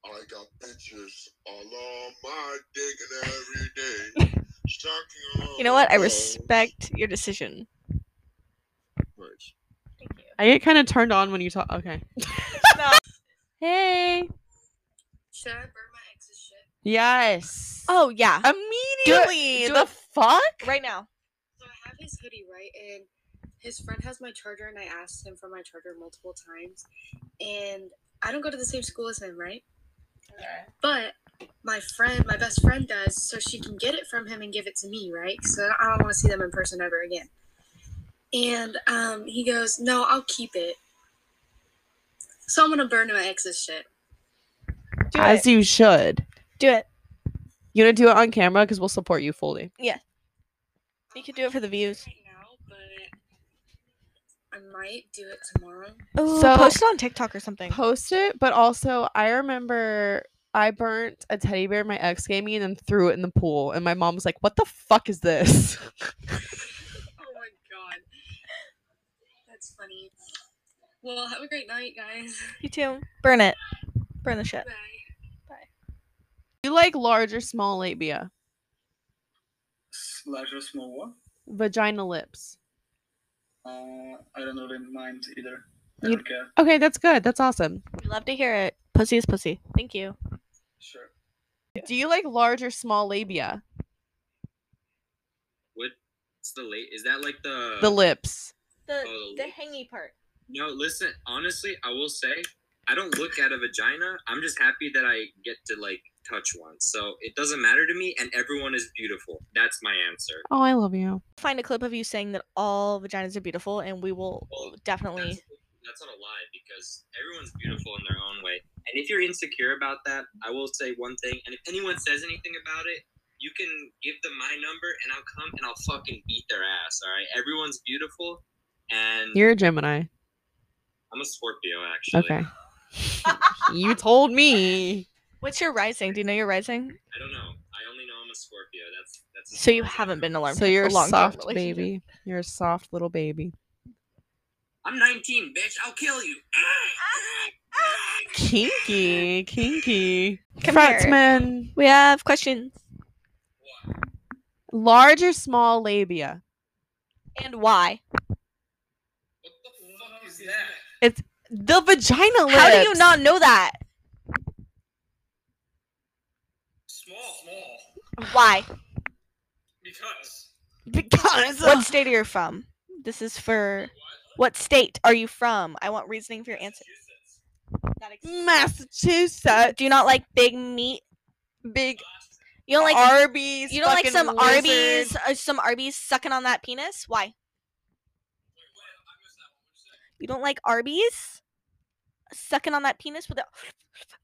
I got pictures all on my dick and every day. Sucking on You know what? I my respect your decision. Much. I get kind of turned on when you talk. Okay. hey. Should I burn my ex's shit? Yes. Oh yeah. immediately. do the it. fuck? Right now. So I have his hoodie, right? And his friend has my charger, and I asked him for my charger multiple times. And I don't go to the same school as him, right? But my friend, my best friend does, so she can get it from him and give it to me, right? So I don't want to see them in person ever again. And um, he goes, No, I'll keep it. So I'm going to burn my ex's shit. Do As it. you should. do it. You gonna do it on camera because we'll support you fully. You could do it for the views. Right now, but I might do it tomorrow. Ooh, So- post it on TikTok or something. Post it, but also I remember I burnt a teddy bear my ex gave me and then threw it in the pool, and my mom was like, "What the fuck is this?" Oh my god. That's funny. Well, have a great night, guys. You too. Burn it. Burn the shit. Bye. you like large or small labia, large or small one. vagina lips. Uh, I don't really mind either. I You- don't care. Okay, that's good. That's awesome. We love to hear it. Pussy is pussy. Thank you. Sure. Do you like large or small labia? What? It's the late. Is that like the The lips. The Oh, the hangy part. No, listen, honestly, I will say I don't look at a vagina. I'm just happy that I get to like touch one. So it doesn't matter to me and everyone is beautiful. That's my answer. Oh, I love you. Find a clip of you saying that all vaginas are beautiful, and we will Well, That's, definitely. that's not a lie because everyone's beautiful in their own way. And if you're insecure about that, I will say one thing. And if anyone says anything about it, you can give them my number and I'll come and I'll fucking beat their ass. All right. Everyone's beautiful. And You're a Gemini. I'm a Scorpio, actually. Okay. you told me. What's your rising? Do you know your rising? I don't know. I only know I'm a Scorpio. That's that's. as So you far as I haven't know. been alarmed. So you're a long soft baby. You're a soft little baby. I'm 19, bitch. I'll kill you. Kinky, kinky. Come Frats here. man. We have questions. Large or small labia? And why? What the fuck is that? The vagina lips. How do you not know that? Small. Small. Why? Because. Because What state are you from? This is for what state are you from? I want reasoning for your answer. Not ex- Massachusetts. Do you not like big meat? big You don't like Arby's? you don't like fucking some lizards? Arby's uh, some Arby's sucking on that penis? Why? You don't like Arby's sucking on that penis with a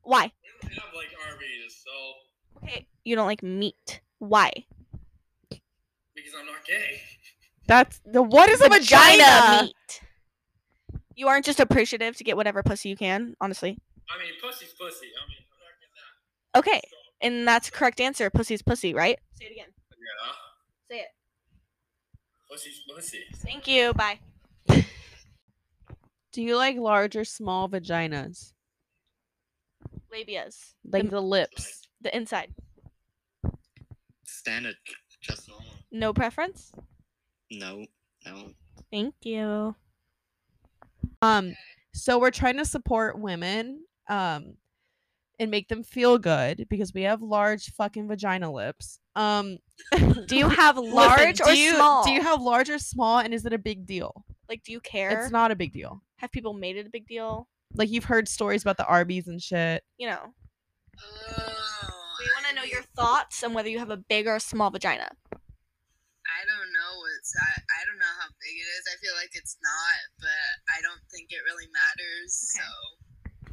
Why? have like Arby's, so Okay. You don't like meat. Why? because I'm not gay. That's the what is a vagina? meat. You aren't just appreciative to get whatever pussy you can, honestly. I mean, pussy's pussy. I mean, I'm not getting that. Okay, and that's the correct answer. Pussy's pussy, right? Say it again. Yeah. Say it. Pussy's pussy. Thank you. Bye. Do you like large or small vaginas? Labias. Like the lips. The inside. Standard, just normal. No preference. No, no. Thank you. Um, so we're trying to support women, um, and make them feel good because we have large fucking vagina lips. Um, Do you have large listen, or do you, small? Do you have large or small? And is it a big deal? like? Do you care? It's not a big deal. have people made it a big deal? Like you've heard stories about the Arby's and shit. You know, Oh, we want to know your thoughts on whether you have a big or a small vagina. I don't know what's I, I don't know how big it is. I feel like it's not, but I don't think it really matters. So Okay.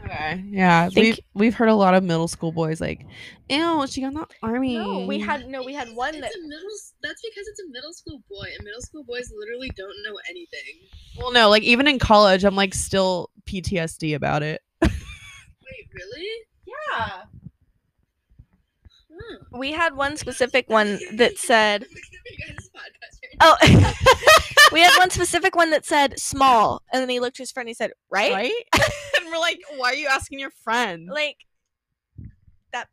Okay. Yeah. Think- We've we've heard a lot of middle school boys like, ew, she got in the army. No, we had no, we had Because one it's that a middle, s- that's because it's a middle school boy, and middle school boys literally don't know anything. Well, no, like even in college, I'm like still PTSD about it. Wait, really? yeah, Huh. we had one specific one that said, Look at you guys' podcast right now. oh, we had one specific one that said small, and then he looked to his friend. and He said, right, and we're like, why are you asking your friend? like that,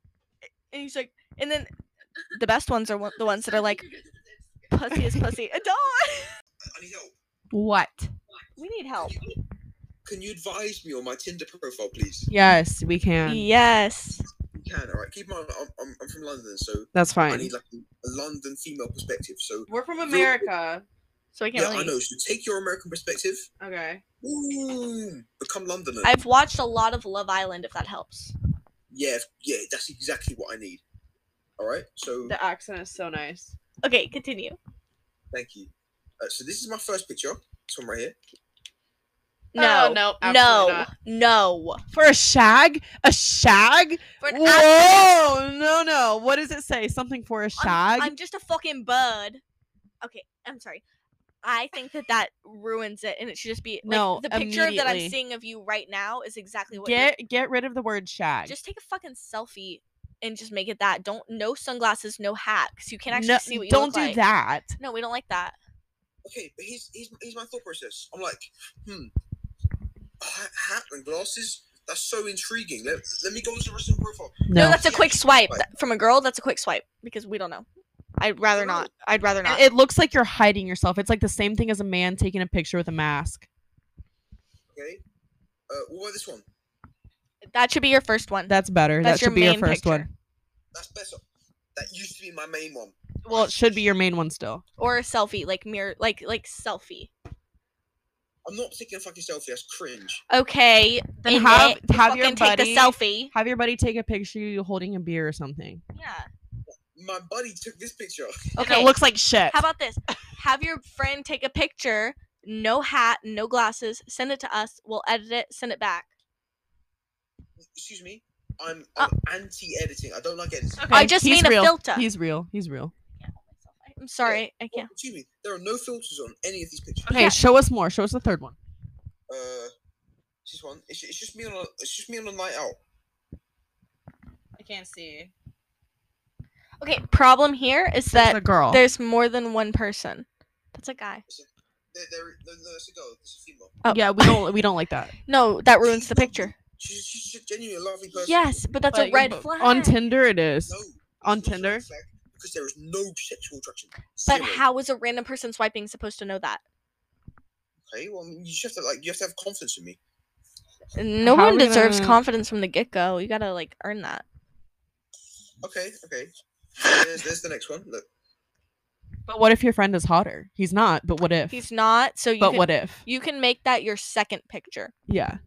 and he's like, and then the best ones are one- the ones that are like pussy is pussy. Adult, I need help. What? we need help. Can you advise me on my Tinder profile, please? Yes, we can. Yes. You can, alright. Keep in mind, I'm, I'm, I'm from London, so That's I fine. need like a London female perspective. So We're from America. So we yeah, can't I really. know. So take your American perspective. Okay. Ooh, become Londoner. I've watched a lot of Love Island, if that helps. Yeah, yeah, that's exactly what I need. All right, so The accent is so nice. Okay, continue. Oh, thank you. Uh, so this is my first picture. This one right here. No, Oh, no, absolutely no, not. no. For a shag? A shag? For an accident. Whoa! No, no. What does it say? Something for a I'm, shag? I'm just a fucking bird. Okay, I'm sorry. I think that that ruins it, and it should just be like, No, The picture that I'm immediately. seeing of you right now is exactly what. get get rid of the word shag. You're, just take a fucking selfie and just make it that. Don't no sunglasses, no hat, because you can't actually No, see what you don't look do like. that. No, we don't like that. Okay, but here's here's, here's my thought process. I'm like, hmm, ha- hat and glasses. That's so intriguing. Let, let me go into the Russian profile. No, that's a Yeah, quick swipe swipe. That- from a girl. That's a quick swipe because we don't know. I'd rather No. not. I'd rather not. It it looks like you're hiding yourself. It's like the same thing as a man taking a picture with a mask. Okay. Uh, what about this one? that should be your first one. That's better. That's that your should be your main first picture. one. That's better. That used to be my main one. Well, it should be your main one still. or a selfie, like mirror, like like selfie. I'm not taking a fucking selfie. That's cringe. Okay, Then in have- it, have your fucking take buddy- the selfie. Have your buddy take a picture of you holding a beer or something. Yeah. My buddy took this picture. And Okay. it looks like shit. How about this? Have your friend take a picture, no hat, no glasses. Send it to us. We'll edit it. Send it back. Excuse me. I'm, I'm anti-editing. I don't like editing. Oh. Okay, I just he's mean a real. filter. He's real. He's real. I'm sorry, I Well, can't. Oh, excuse me. There are no filters on any of these pictures. Okay, Yeah. show us more. Show us the third one. Uh, it's just one. It's, it's just me on. A, it's just me on a night out. I can't see. Okay, problem here is That's that a girl. there's more than one person. That's a guy. There, there, no, no, it's a girl. It's a female. Oh. Yeah, we don't we don't like that. No, that ruins the picture. She's, she's a genuinely lovely person. Yes, but that's a But- red but flag. On Tinder it is. No. On it's not a Tinder? red flag Because there is no sexual attraction. But Zero. how is a random person swiping supposed to know that? Okay. Well, I mean, you just have to like. You have to have confidence in me. No How are one we deserves gonna- confidence from the get go. You gotta like earn that. Okay. Okay. There's, there's the next one. Look. But what if your friend is hotter? He's not, but what if? He's not, so you but can, what if? you can make that your second picture. Yeah.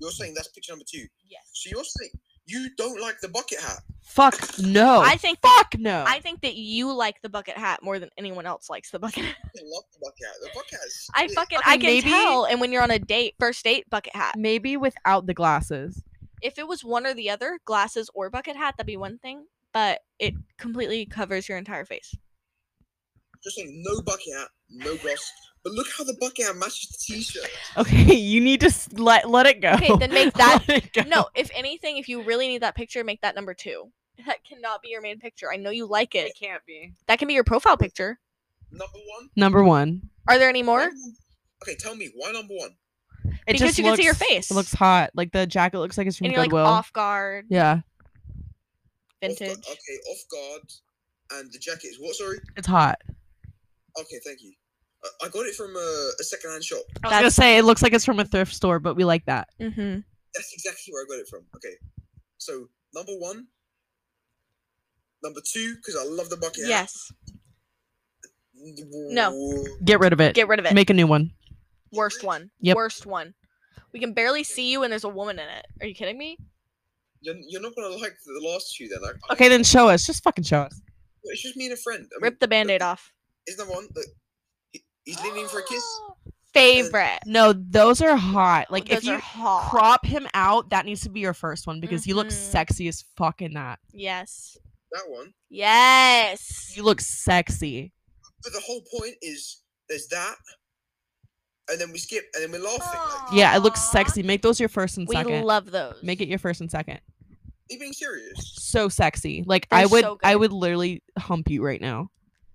You're saying that's picture number two. Yes. So you're saying you don't like the bucket hat. Fuck no. I think that, Oh, Fuck no. I think that you like the bucket hat more than anyone else likes the bucket hat. I love the bucket hat. The bucket hat. Is I sick. fucking Okay, I can maybe- tell. And when you're on a date, first date, bucket hat. Maybe without the glasses. If it was one or the other, glasses or bucket hat, that'd be one thing. But it completely covers your entire face. Just think, no bucket hat, no grass. But look how the bucket hat matches the t-shirt. Okay, you need to s- let let it go. Okay, then make that- Let it go. No, if anything, if you really need that picture, make that number two. That cannot be your main picture. I know you like it. It can't be. That can be your profile picture. Number one. Number one. Are there any more? Okay, tell me why number one. It Because just you can see your looks- face. It looks hot. Like the jacket looks like it's from And you're like Goodwill. off guard, Yeah, Off gu- vintage. okay, off guard, and the jacket is what? Sorry. it's hot. Okay, thank you. Uh, I, I got it from a, a secondhand shop. I was gonna say it looks like it's from a thrift store, but we like that. Mm-hmm. That's exactly where I got it from. Okay, so number one. Number two, because I love the bucket hat. Yes. No. Whoa. Get rid of it. Get rid of it. Make a new one. Worst one. Yep. Worst one. We can barely see you, and there's a woman in it. Are you kidding me? You're, you're not gonna like the last two then. Like, I- Okay, then show us. Just fucking show us. it's just me and a friend. I mean, Rip the band-aid off. Is number one? Look, he, he's leaning for a kiss. Favorite. No, those are hot. Mm-hmm. Like if Those are you hot. crop him out, that needs to be your first one because you look Mhm. sexy as fuck in that. Yes. That one. Yes. You look sexy. But the whole point is there's that, and then we skip, and then we're laughing. Ah. Like, Yeah, it looks Aw. sexy. Make those your first and We second. love those. Make it your first and second. are you being serious? So sexy. Like They're I would so I good. would literally hump you right now.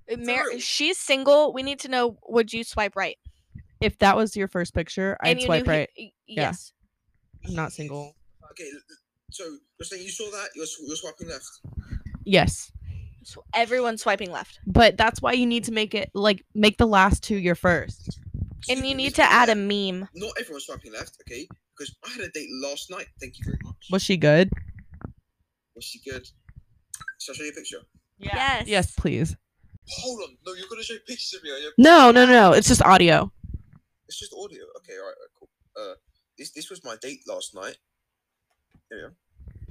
Uh, Mar- True. she's single. We need to know. Would you swipe right? If that was your first picture, I'd you swipe knew he- right. y- Yeah. Yes. I'm not single. Okay, l- l- so you're saying you saw that? You're, sw- you're swapping left. Yes. So everyone's swiping left, But that's why you need to make it like make the last two your first. and Stupid you me need to swiping add a left. meme. Not everyone's swiping left, okay? Because I had a date last night. Thank you very much. Was she good? Was she good? Shall I show you a picture? Yes. Yes, please. Hold on, no, you're gonna show pictures of me. Are you? No, no, no. It's just audio. It's just audio. Okay, all right, all right, cool. Uh, this this was my date last night.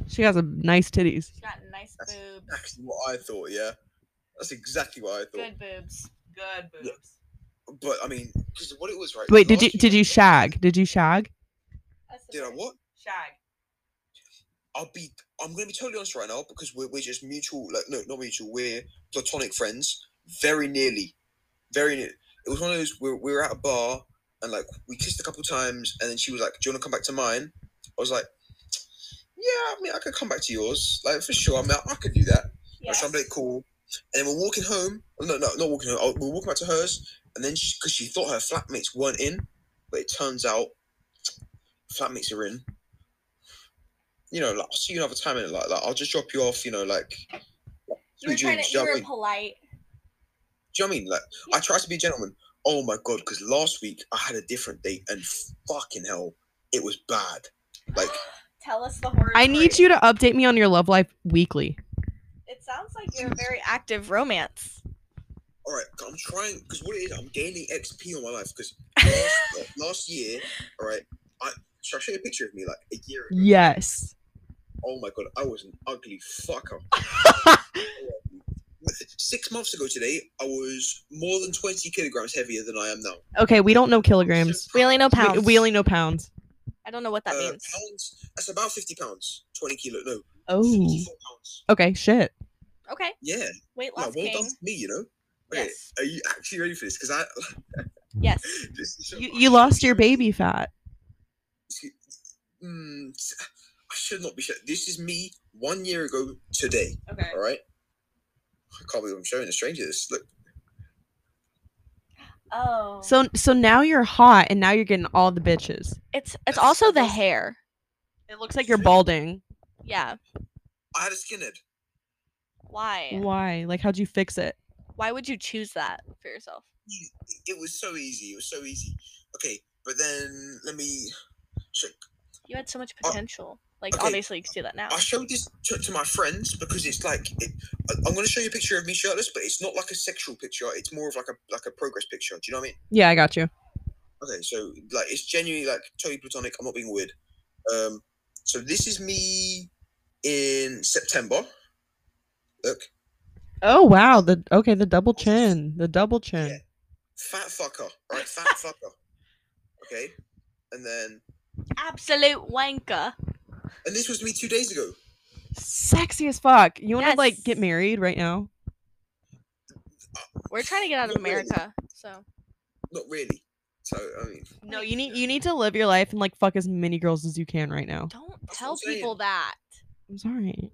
She has a nice titties. She's got nice boobs. Exactly what I thought. Yeah, that's exactly what I thought. boobs. Good Yeah. But I mean, because what it was right. Wait, did you last did year- you shag? Did you shag? Did I what? Shag. I'll be. I'm gonna be totally honest right now because we're we're just mutual. Like no, not mutual. We're platonic friends. Very nearly. Very. Near. It was one of those. We we were at a bar and like we kissed a couple times, and then she was like, "Do you want to come back to mine?" I was like, "Yeah, I mean, I could come back to yours, like for sure. I mean, I, I could do that." Yes. Like, so I'm like, cool. And then we're walking home. Oh, No, no, not walking home. We're walking back to hers. And then because she, thought her flatmates weren't in, but it turns out flatmates are in. You know, like, I'll see you another time in it. Like, like, I'll just drop you off, you know, like. sweet dreams, do you know what I mean? polite. Do you know what I mean? Like, I try to be a gentleman. Oh my God, because last week I had a different date and fucking hell, it was bad. Like, Tell us the horror. I need you to update me on your love life weekly. It sounds like you're a very active romance. all right, I'm trying because what it is, I'm gaining XP on my life because last, like, last year, all right, I should I show you a picture of me like a year ago? Yes. Oh my god, I was an ugly fucker. Six months ago today, I was more than 20 kilograms heavier than I am now. okay, we don't know kilograms. We only know We- pounds. We, only know pounds. I don't know what that Uh, means. pounds, that's about 50 pounds, 20 kilo, no, Oh. 54 pounds. Okay, shit. Okay. Yeah, Wait, like, loss well done king. to me, you know? Okay, Yes. are you actually ready for this? Because I. Yes. this is so You, much. you lost your baby fat. Mm, I should not be. Sh- this is me one year ago today. Okay. All right. I can't believe I'm showing a stranger this. Look, Oh. So So so now you're hot and now you're getting all the bitches. it's it's also the hair. It looks like you're balding. Yeah. I had a skinhead. Why? Why? Like how'd you fix it? Why would you choose that for yourself? It was so easy. It was so easy. Okay, but then let me. So You had so much Uh, potential. Like okay. obviously you can do that now. I showed this to, to my friends because it's like it, I- I'm going to show you a picture of me shirtless, but it's not like a sexual picture. It's more of like a like a progress picture. Do you know what I mean? Yeah, I got you. Okay, so like it's genuinely like totally platonic. I'm not being weird. Um, so this is me in September. Look, Oh wow, the okay, the double chin. The double chin. Yeah. fat fucker, right? Fat fucker. Okay, and then Absolute wanker. and this was me two days ago. Sexy as fuck. You wanna like Yes. get married right now? I, We're trying to get out of Not really. America, so Not really. So I mean, No, you need you need to live your life and like fuck as many girls as you can right now. don't That's what tell I'm saying. people that. I'm sorry.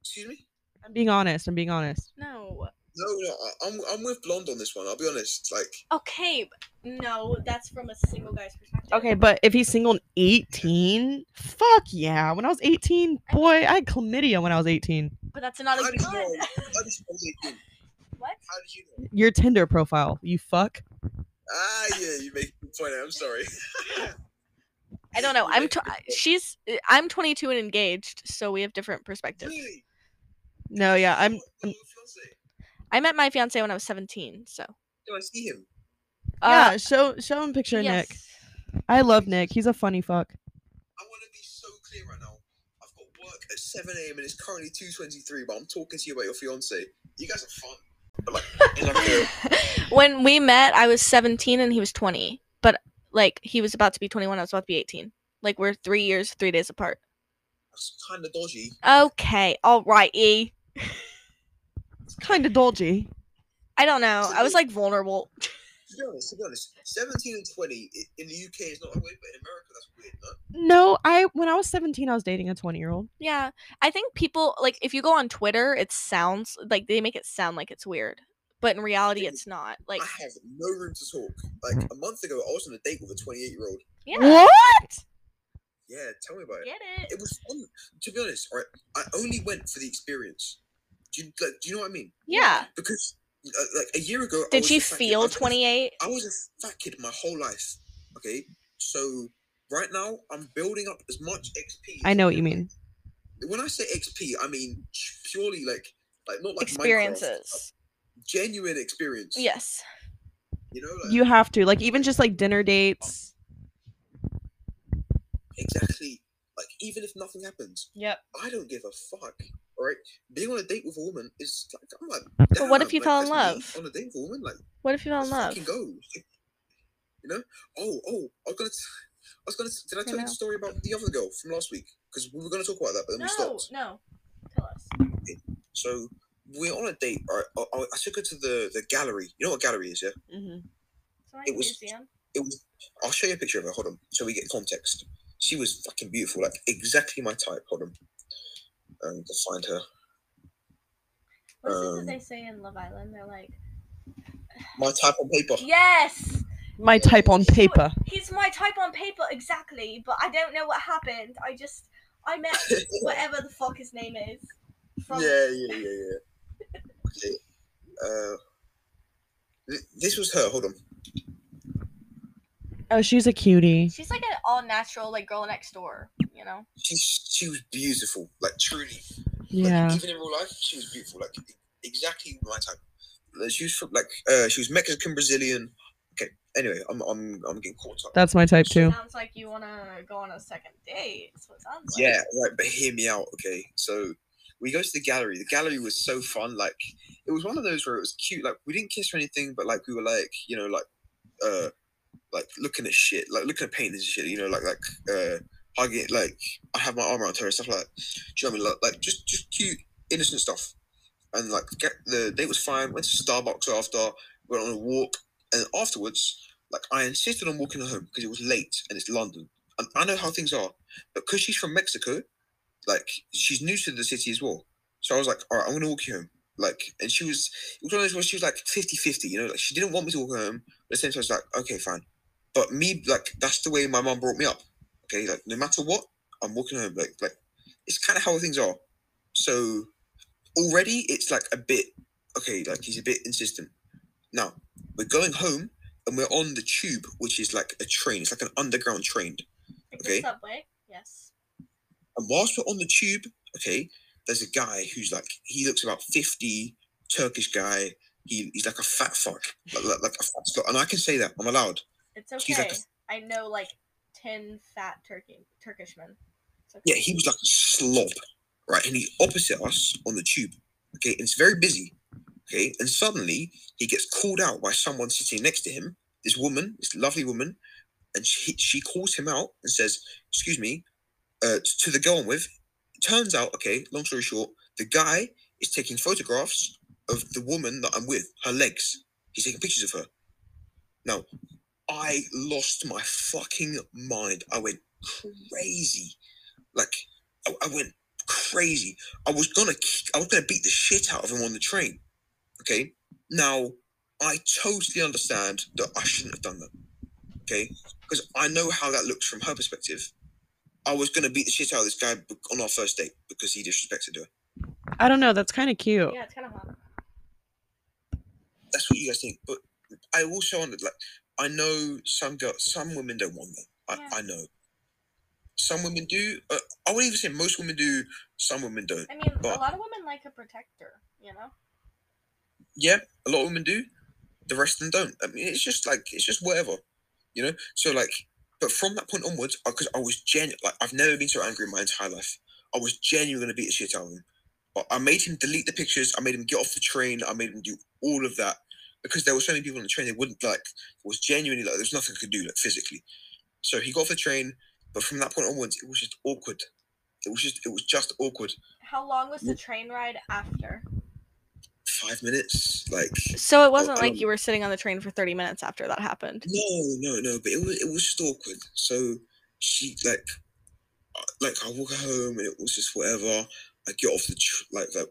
excuse me. I'm being honest. I'm being honest. No. No, no, I, I'm I'm with blonde on this one. I'll be honest. Like, Okay. b- No, that's from a single guy's perspective. Okay, but if he's single and 18, fuck yeah. When I was 18, boy, I had chlamydia when I was 18. But that's not how a did you good. know? How did you know? they did? What? How did you know? Your Tinder profile, you fuck. Ah, yeah, you make a good point. I'm sorry. I don't know. You I'm make tw- a good point. she's I'm 22 and engaged, so we have different perspectives. Really? No, Oh, yeah, I'm. What- what your fiance? I met my fiance when I was 17, so Do I see him? Uh, Yeah, show show him picture of Nick. I love Nick. He's a funny fuck. I want to be so clear right now. I've got work at 7 a.m. and it's currently 2:23, but I'm talking to you about your fiance. You guys are fun. But like, in like a, when we met, I was 17 and he was 20, but like he was about to be 21, I was about to be 18. Like we're three years, three days apart. it's kind of dodgy. Okay, all right, E. It's kind of dodgy. I don't know. I was like vulnerable. To be honest, to be honest, 17 and 20 i- in the UK is not that weird, but in America that's weird, no? No, I when I was 17, I was dating a 20 year old. Yeah, I think people like if you go on Twitter, it sounds like they make it sound like it's weird, but in reality, it's not. Like, I have no room to talk. Hmm. Like a month ago, I was on a date with a 28 year old. yeah, What? Yeah, tell me about it. get It it? was fun. To be honest, right? I only went for the experience. Do you like? Do you know what I mean? Yeah. Because uh, like a year ago, I Did was she a fat kid. feel I've been a 28? I was a fat kid my whole life. Okay, so right now I'm building up as much XP. I know what you mean. When I say XP, I mean purely like, like not like Minecraft, Experiences. genuine experience. Yes. you know, like, You have to like even just like dinner dates. exactly. Like even if nothing happens, Yep. I don't give a fuck. All right, being on a date with a woman is like I'm like. But what damn, if you like, fell in that's me love? On a date with a woman, like What if you fell in let's love? fucking go. You know? Oh, oh, I was gonna. T- I was gonna. T- did I tell you know. the story about the other girl from last week? Because we were gonna talk about that, but then we stopped. no. Tell us. So we're on a date. Right? I, I, I took her to the the gallery. You know what a gallery is, yeah? It was- It was. I'll show you a picture of her. Hold on, so we get context. She was fucking beautiful, like exactly my type. Hold on, um, to find her. What is it that um, they say in Love Island? They're like, My type on paper. yes, My type on paper. he's my type on paper exactly, but I don't know what happened. I just I met yeah, whatever the fuck his name is. yeah, yeah, yeah. Okay. Uh, th- this was her. Hold on. Oh, she's a cutie. She's like an all natural like girl next door, you know. she she was beautiful, like truly. Like, Yeah. even in real life, she was beautiful, like e- exactly my type. Like, She was from, like uh, she was Mexican Brazilian. Okay. Anyway, I'm I'm I'm getting caught up. That's my type too. Sounds like you wanna go on a second date. That's what it sounds like. yeah, right. But hear me out, okay? So we go to the gallery. The gallery was so fun. Like it was one of those where it was cute. Like we didn't kiss or anything, but like we were like you know like uh like looking at shit, like looking at paintings and shit. You know like like uh hugging. Like I have my arm around her and stuff like. That. Do you know what I mean? Like, like just just cute innocent stuff. And like get the date was fine. Went to Starbucks after. Went on a walk, and afterwards, like I insisted on walking her home because it was late and it's London. And I know how things are but because she's from Mexico, like she's new to the city as well. So I was like, all right, I'm gonna walk you home. Like, and she was, it was one of those where she was like 50 50, you know, like she didn't want me to walk her home, but at the same time, I was like, okay, fine. But me, like, that's the way my mum brought me up. Okay, like, no matter what, I'm walking home. Like, like it's kind of how things are. So already it's like a bit, okay, like he's a bit insistent. Now, we're going home and we're on the tube, which is like a train, it's like an underground train. Like Okay. the subway. Yes. And whilst we're on the tube, okay, there's a guy who's like, he looks about 50, Turkish guy. He, he's like a fat fuck, like, like, like a fat fuck. And I can say that, I'm allowed. It's She's like okay. a- I know like ten fat turkey Turkish men. It's okay. Yeah, he was like a slob, right? And he's opposite us on the tube, okay? And it's very busy, okay? And suddenly he gets called out by someone sitting next to him, this woman, this lovely woman, and she, she calls him out and says, Excuse me, uh, t- to the girl I'm with. Turns out, okay, long story short, the guy is taking photographs of the woman that I'm with, her legs. He's taking pictures of her. Now, I lost my fucking mind. I went crazy. Like, I, I went crazy. I was gonna, kick- I was gonna beat the shit out of him on the train. Okay. Now, I totally understand that I shouldn't have done that. Okay, because I know how that looks from her perspective. I was gonna beat the shit out of this guy be- on our first date because he disrespected her. I don't know. That's kind of Oh. cute. Yeah, it's kind of hot. That's what you guys think, but I also under like I know some girl, some women don't want that. I, Yeah. I know. Some women do. Uh, I would even say most women do. Some women don't. I mean, But- a lot of women like a protector, you know? yeah, a lot of women do. The rest of them don't. I mean, it's just like it's just whatever, you know. So like, but from that point onwards, because I was gen like I've never been so angry in my entire life. I was genuinely gonna beat the shit out of him. But I made him delete the pictures. I made him get off the train. I made him do all of that because there were so many people on the train. They wouldn't like. It was genuinely like there was nothing I could do like physically. So he got off the train. But from that point onwards, it was just awkward. It was just it was just awkward. How long was the train ride after? Five minutes, like So it wasn't I like don't- you were sitting on the train for 30 minutes after that happened. No, no, no. But it was it was just awkward. So she like I- like I walk home and it was just whatever. I get off the tr- like like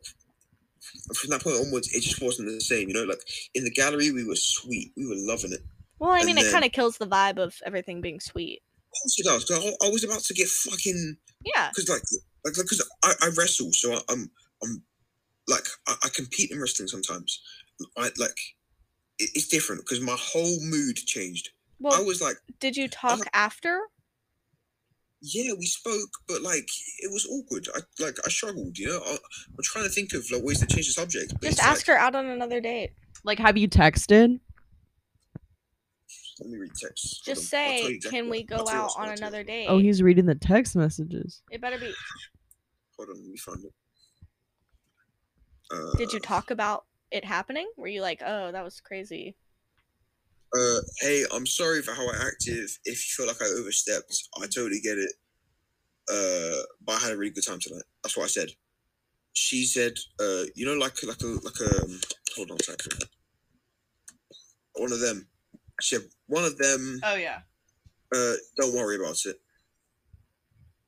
and from that point onwards, it just wasn't the same. You know, like in the gallery, we were sweet, we were loving it. Well, I And mean, it then- kind of kills the vibe of everything being sweet. Of course it does. 'cause I, I was about to get fucking Yeah. because like like because I, I wrestle, so I, I'm I'm like I, I compete in wrestling sometimes. I like it, it's different because my whole mood changed. Well, I was like. did you talk uh, after? yeah, we spoke, but like it was awkward. I like I struggled, you know. I, I'm trying to think of like ways to change the subject. But Just it's ask like, her out on another date. Like, have you texted? Let me read text. Hold Just on, I'll tell say, you exactly can what- we I'll go tell you out what's on going another date? Oh, he's reading the text messages. It better be. Hold on, let me find it. Uh, Did you talk about it happening? Were you like, oh, that was crazy? Uh, hey, I'm sorry for how I acted. If you feel like I overstepped, I totally get it. Uh, but I had a really good time tonight. That's what I said. She said, uh, you know, like like a like a um, hold on a second. One of them. She said one of them. Oh yeah. uh, don't worry about it.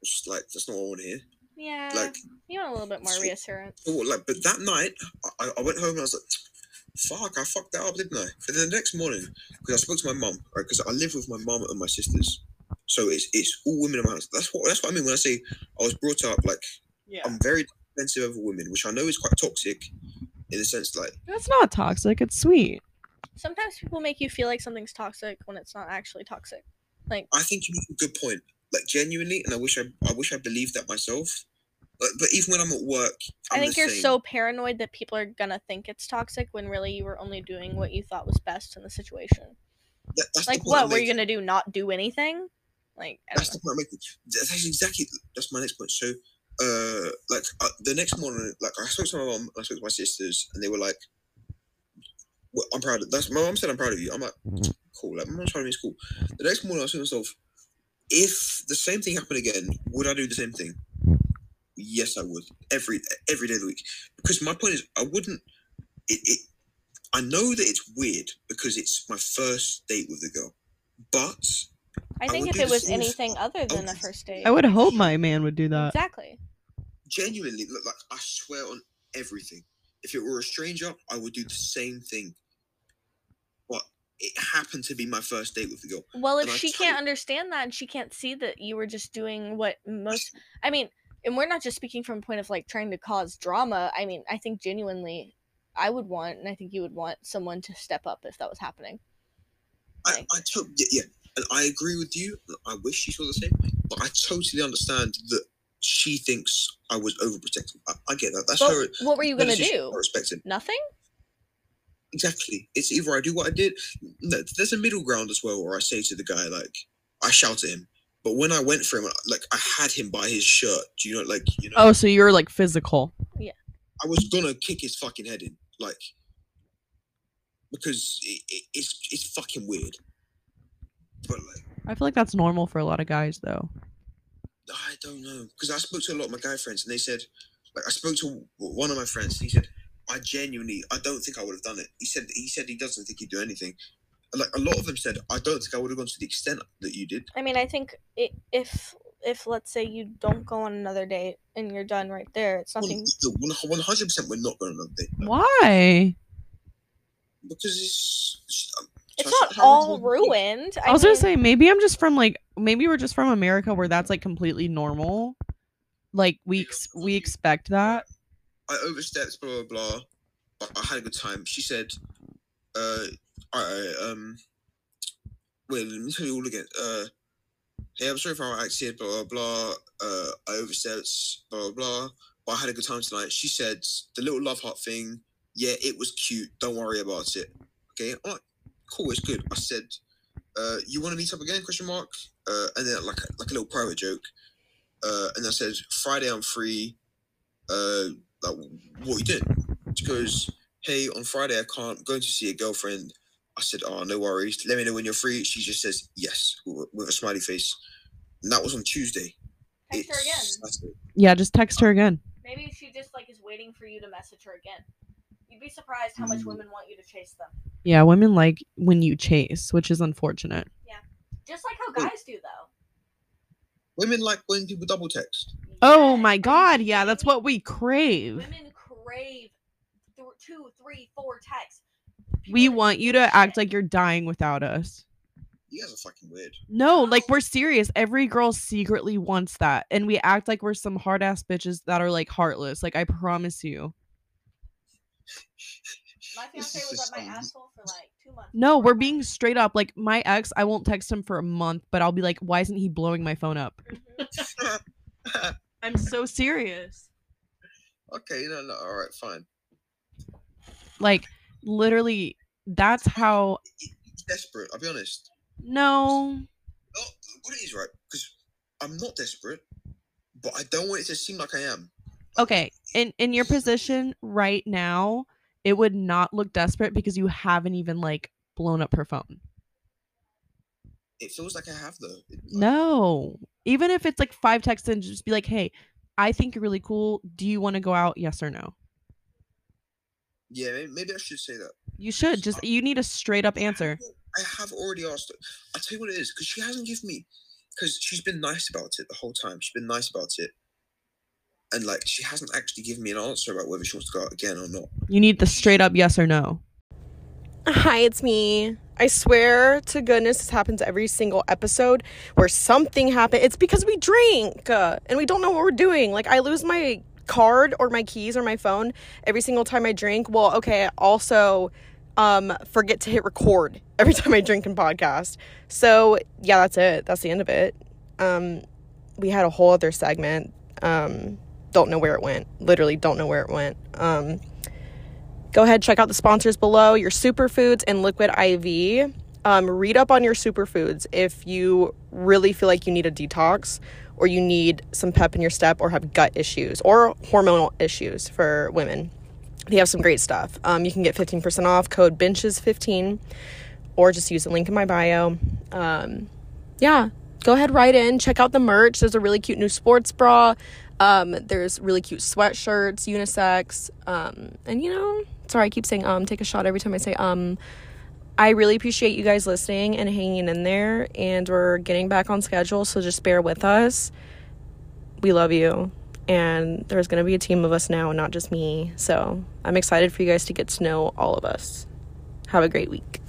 It's just like that's not what I want to hear. Yeah. Like, you want a little bit more sweet. reassurance. but what- Oh, like, but that night I, I went home and I was like, "Fuck, I fucked that up, didn't I?" But then the next morning, because I spoke to my mum, right? Because I live with my mum and my sisters, so it's it's all women in my house. That's what that's what I mean when I say I was brought up like Yeah. I'm very defensive over women, which I know is quite toxic, in the sense like That's not toxic. It's sweet. Sometimes people make you feel like something's toxic when it's not actually toxic. Like, I think you make a good point. Like genuinely, and I wish I I wish I believed that myself. But, but even when I'm at work, i I'm think the you're same. so paranoid that people are gonna think it's toxic when really you were only doing what you thought was best in the situation. That- that's the Like, point what I'm were you making. gonna do? Not do anything? Like, I That's don't the know. point I'm making. That's actually exactly that's my next point. So, uh, like uh, the next morning, like I spoke to my mom, I spoke to my sisters, and they were like, well, "I'm proud of that's my mom said I'm proud of you." I'm like, "Cool." Like my mom's proud of me. It's cool. The next morning, I was to myself, "If the same thing happened again, would I do the same thing?" Yes, I would every every day of the week because my point is I wouldn't. It, it I know that it's weird because it's my first date with the girl, but I I think if would do it the was same if anything other than a was- first date, I would hope my man would do that. exactly. genuinely look like I swear on everything. If it were a stranger, I would do the same thing. But it happened to be my first date with the girl. Well, if And I she totally- can't understand that and she can't see that you were just doing what most, I mean, and we're not just speaking from a point of like trying to cause drama. I mean, I think genuinely, I would want, and I think you would want someone to step up if that was happening. I, Right. I to- yeah, yeah, and I agree with you. I wish she saw the same, but I totally understand that she thinks I was overprotective. I, I get that. That's But her. what were you her gonna decision. do? I respect it. Nothing. Exactly. It's either I do what I did. No, there's a middle ground as well where I say to the guy, like, I shout at him. But when I went for him, like, I had him by his shirt. Do you know, like, you know? Oh, so you're like physical. I was gonna kick his fucking head in, like, because it, it, it's it's fucking weird. But like, I feel like that's normal for a lot of guys, though. I don't know, because I spoke to a lot of my guy friends, and they said, like, I spoke to w- one of my friends, and he said, I I genuinely, I don't think I would have done it. He said, he said he doesn't think he'd do anything. Like a lot of them said, I don't think I would have gone to the extent that you did. I mean, I think i if if let's say you don't go on another date and you're done right there, it's nothing. One hundred percent, we're not going on a date no. Why? because it's. it's, um, It's so I not said, how all long- ruined. I, was gonna mean, say maybe I'm just from like maybe we're just from America where that's like completely normal. Like we ex- we expect that. I overstepped, blah blah blah. But I had a good time. She said, "Uh, I um, wait, let me tell you all again. Uh, hey, I'm sorry if I acted, blah blah blah. Uh, I overstepped, blah blah blah. But I had a good time tonight." She said, "The little love heart thing. Yeah, it was cute. Don't worry about it. Okay, I'm like, cool. It's good." I said, "Uh, you want to meet up again?" Question mark. Uh, and then like like a little private joke. Uh, and I said, "Friday I'm free." Uh, like what you did. She goes, Hey, on Friday I can't I'm going to see a girlfriend. I said, Oh, no worries. Let me know when you're free. She just says yes with with a smiley face. And that was on Tuesday. text her again. It's Saturday. Yeah, just text her again. Maybe she just like is waiting for you to message her again. You'd be surprised how Mm. much women want you to chase them. Yeah, women like when you chase, which is unfortunate. Just like how Wait. guys do though. Women like when people double text. Oh Yes. my Are you god, kidding yeah, that's me? what we crave. Women crave th- two, three, four texts. We People are want you doing to act shit. like you're dying without us. You guys are fucking weird. No, No. like we're serious. Every girl secretly wants that. And we act like we're some hard ass bitches that are like heartless. Like I promise you. My This fiance is was just up my un- asshole for like two months. No, before we're being I- straight up. Like my ex, I won't text him for a month, but I'll be like, why isn't he blowing my phone up? Mhm. I'm so serious. Okay, no, no, all right, fine. Like literally, that's how. It's desperate, I'll be honest. No. Oh, what it is, right? Because I'm not desperate, but I don't want it to seem like I am. Okay. In in your position right now, it would not look desperate because you haven't even like blown up her phone. It feels like I have though. It- No. Even if it's like five texts and just be like, hey, I think you're really cool. Do you want to go out? Yes or no? Yeah, maybe, maybe I should say that. You should just, you need a straight up answer. I have already asked her. I'll tell you what it is, because she hasn't given me. Because she's been nice about it the whole time. She's been nice about it. And, like, she hasn't actually given me an answer about whether she wants to go out again or not. You need the straight up yes or no. Hi, it's me. I swear to goodness, this happens every single episode where something happened. It's because we drink uh, and we don't know what we're doing. Like, I lose my card or my keys or my phone every single time I drink. Well, okay, I also um, forget to hit record every time I drink and podcast. So, yeah, that's it. That's the end of it. Um, we had a whole other segment. Um, don't know where it went. Literally, don't know where it went. Um, go ahead check out the sponsors below your superfoods and liquid iv um, read up on your superfoods if you really feel like you need a detox or you need some pep in your step or have gut issues or hormonal issues for women they have some great stuff um, you can get 15% off code benches15 or just use the link in my bio um, yeah go ahead right in check out the merch there's a really cute new sports bra um, there's really cute sweatshirts unisex um, and you know sorry i keep saying um take a shot every time i say um i really appreciate you guys listening and hanging in there and we're getting back on schedule so just bear with us we love you and there's going to be a team of us now and not just me so i'm excited for you guys to get to know all of us have a great week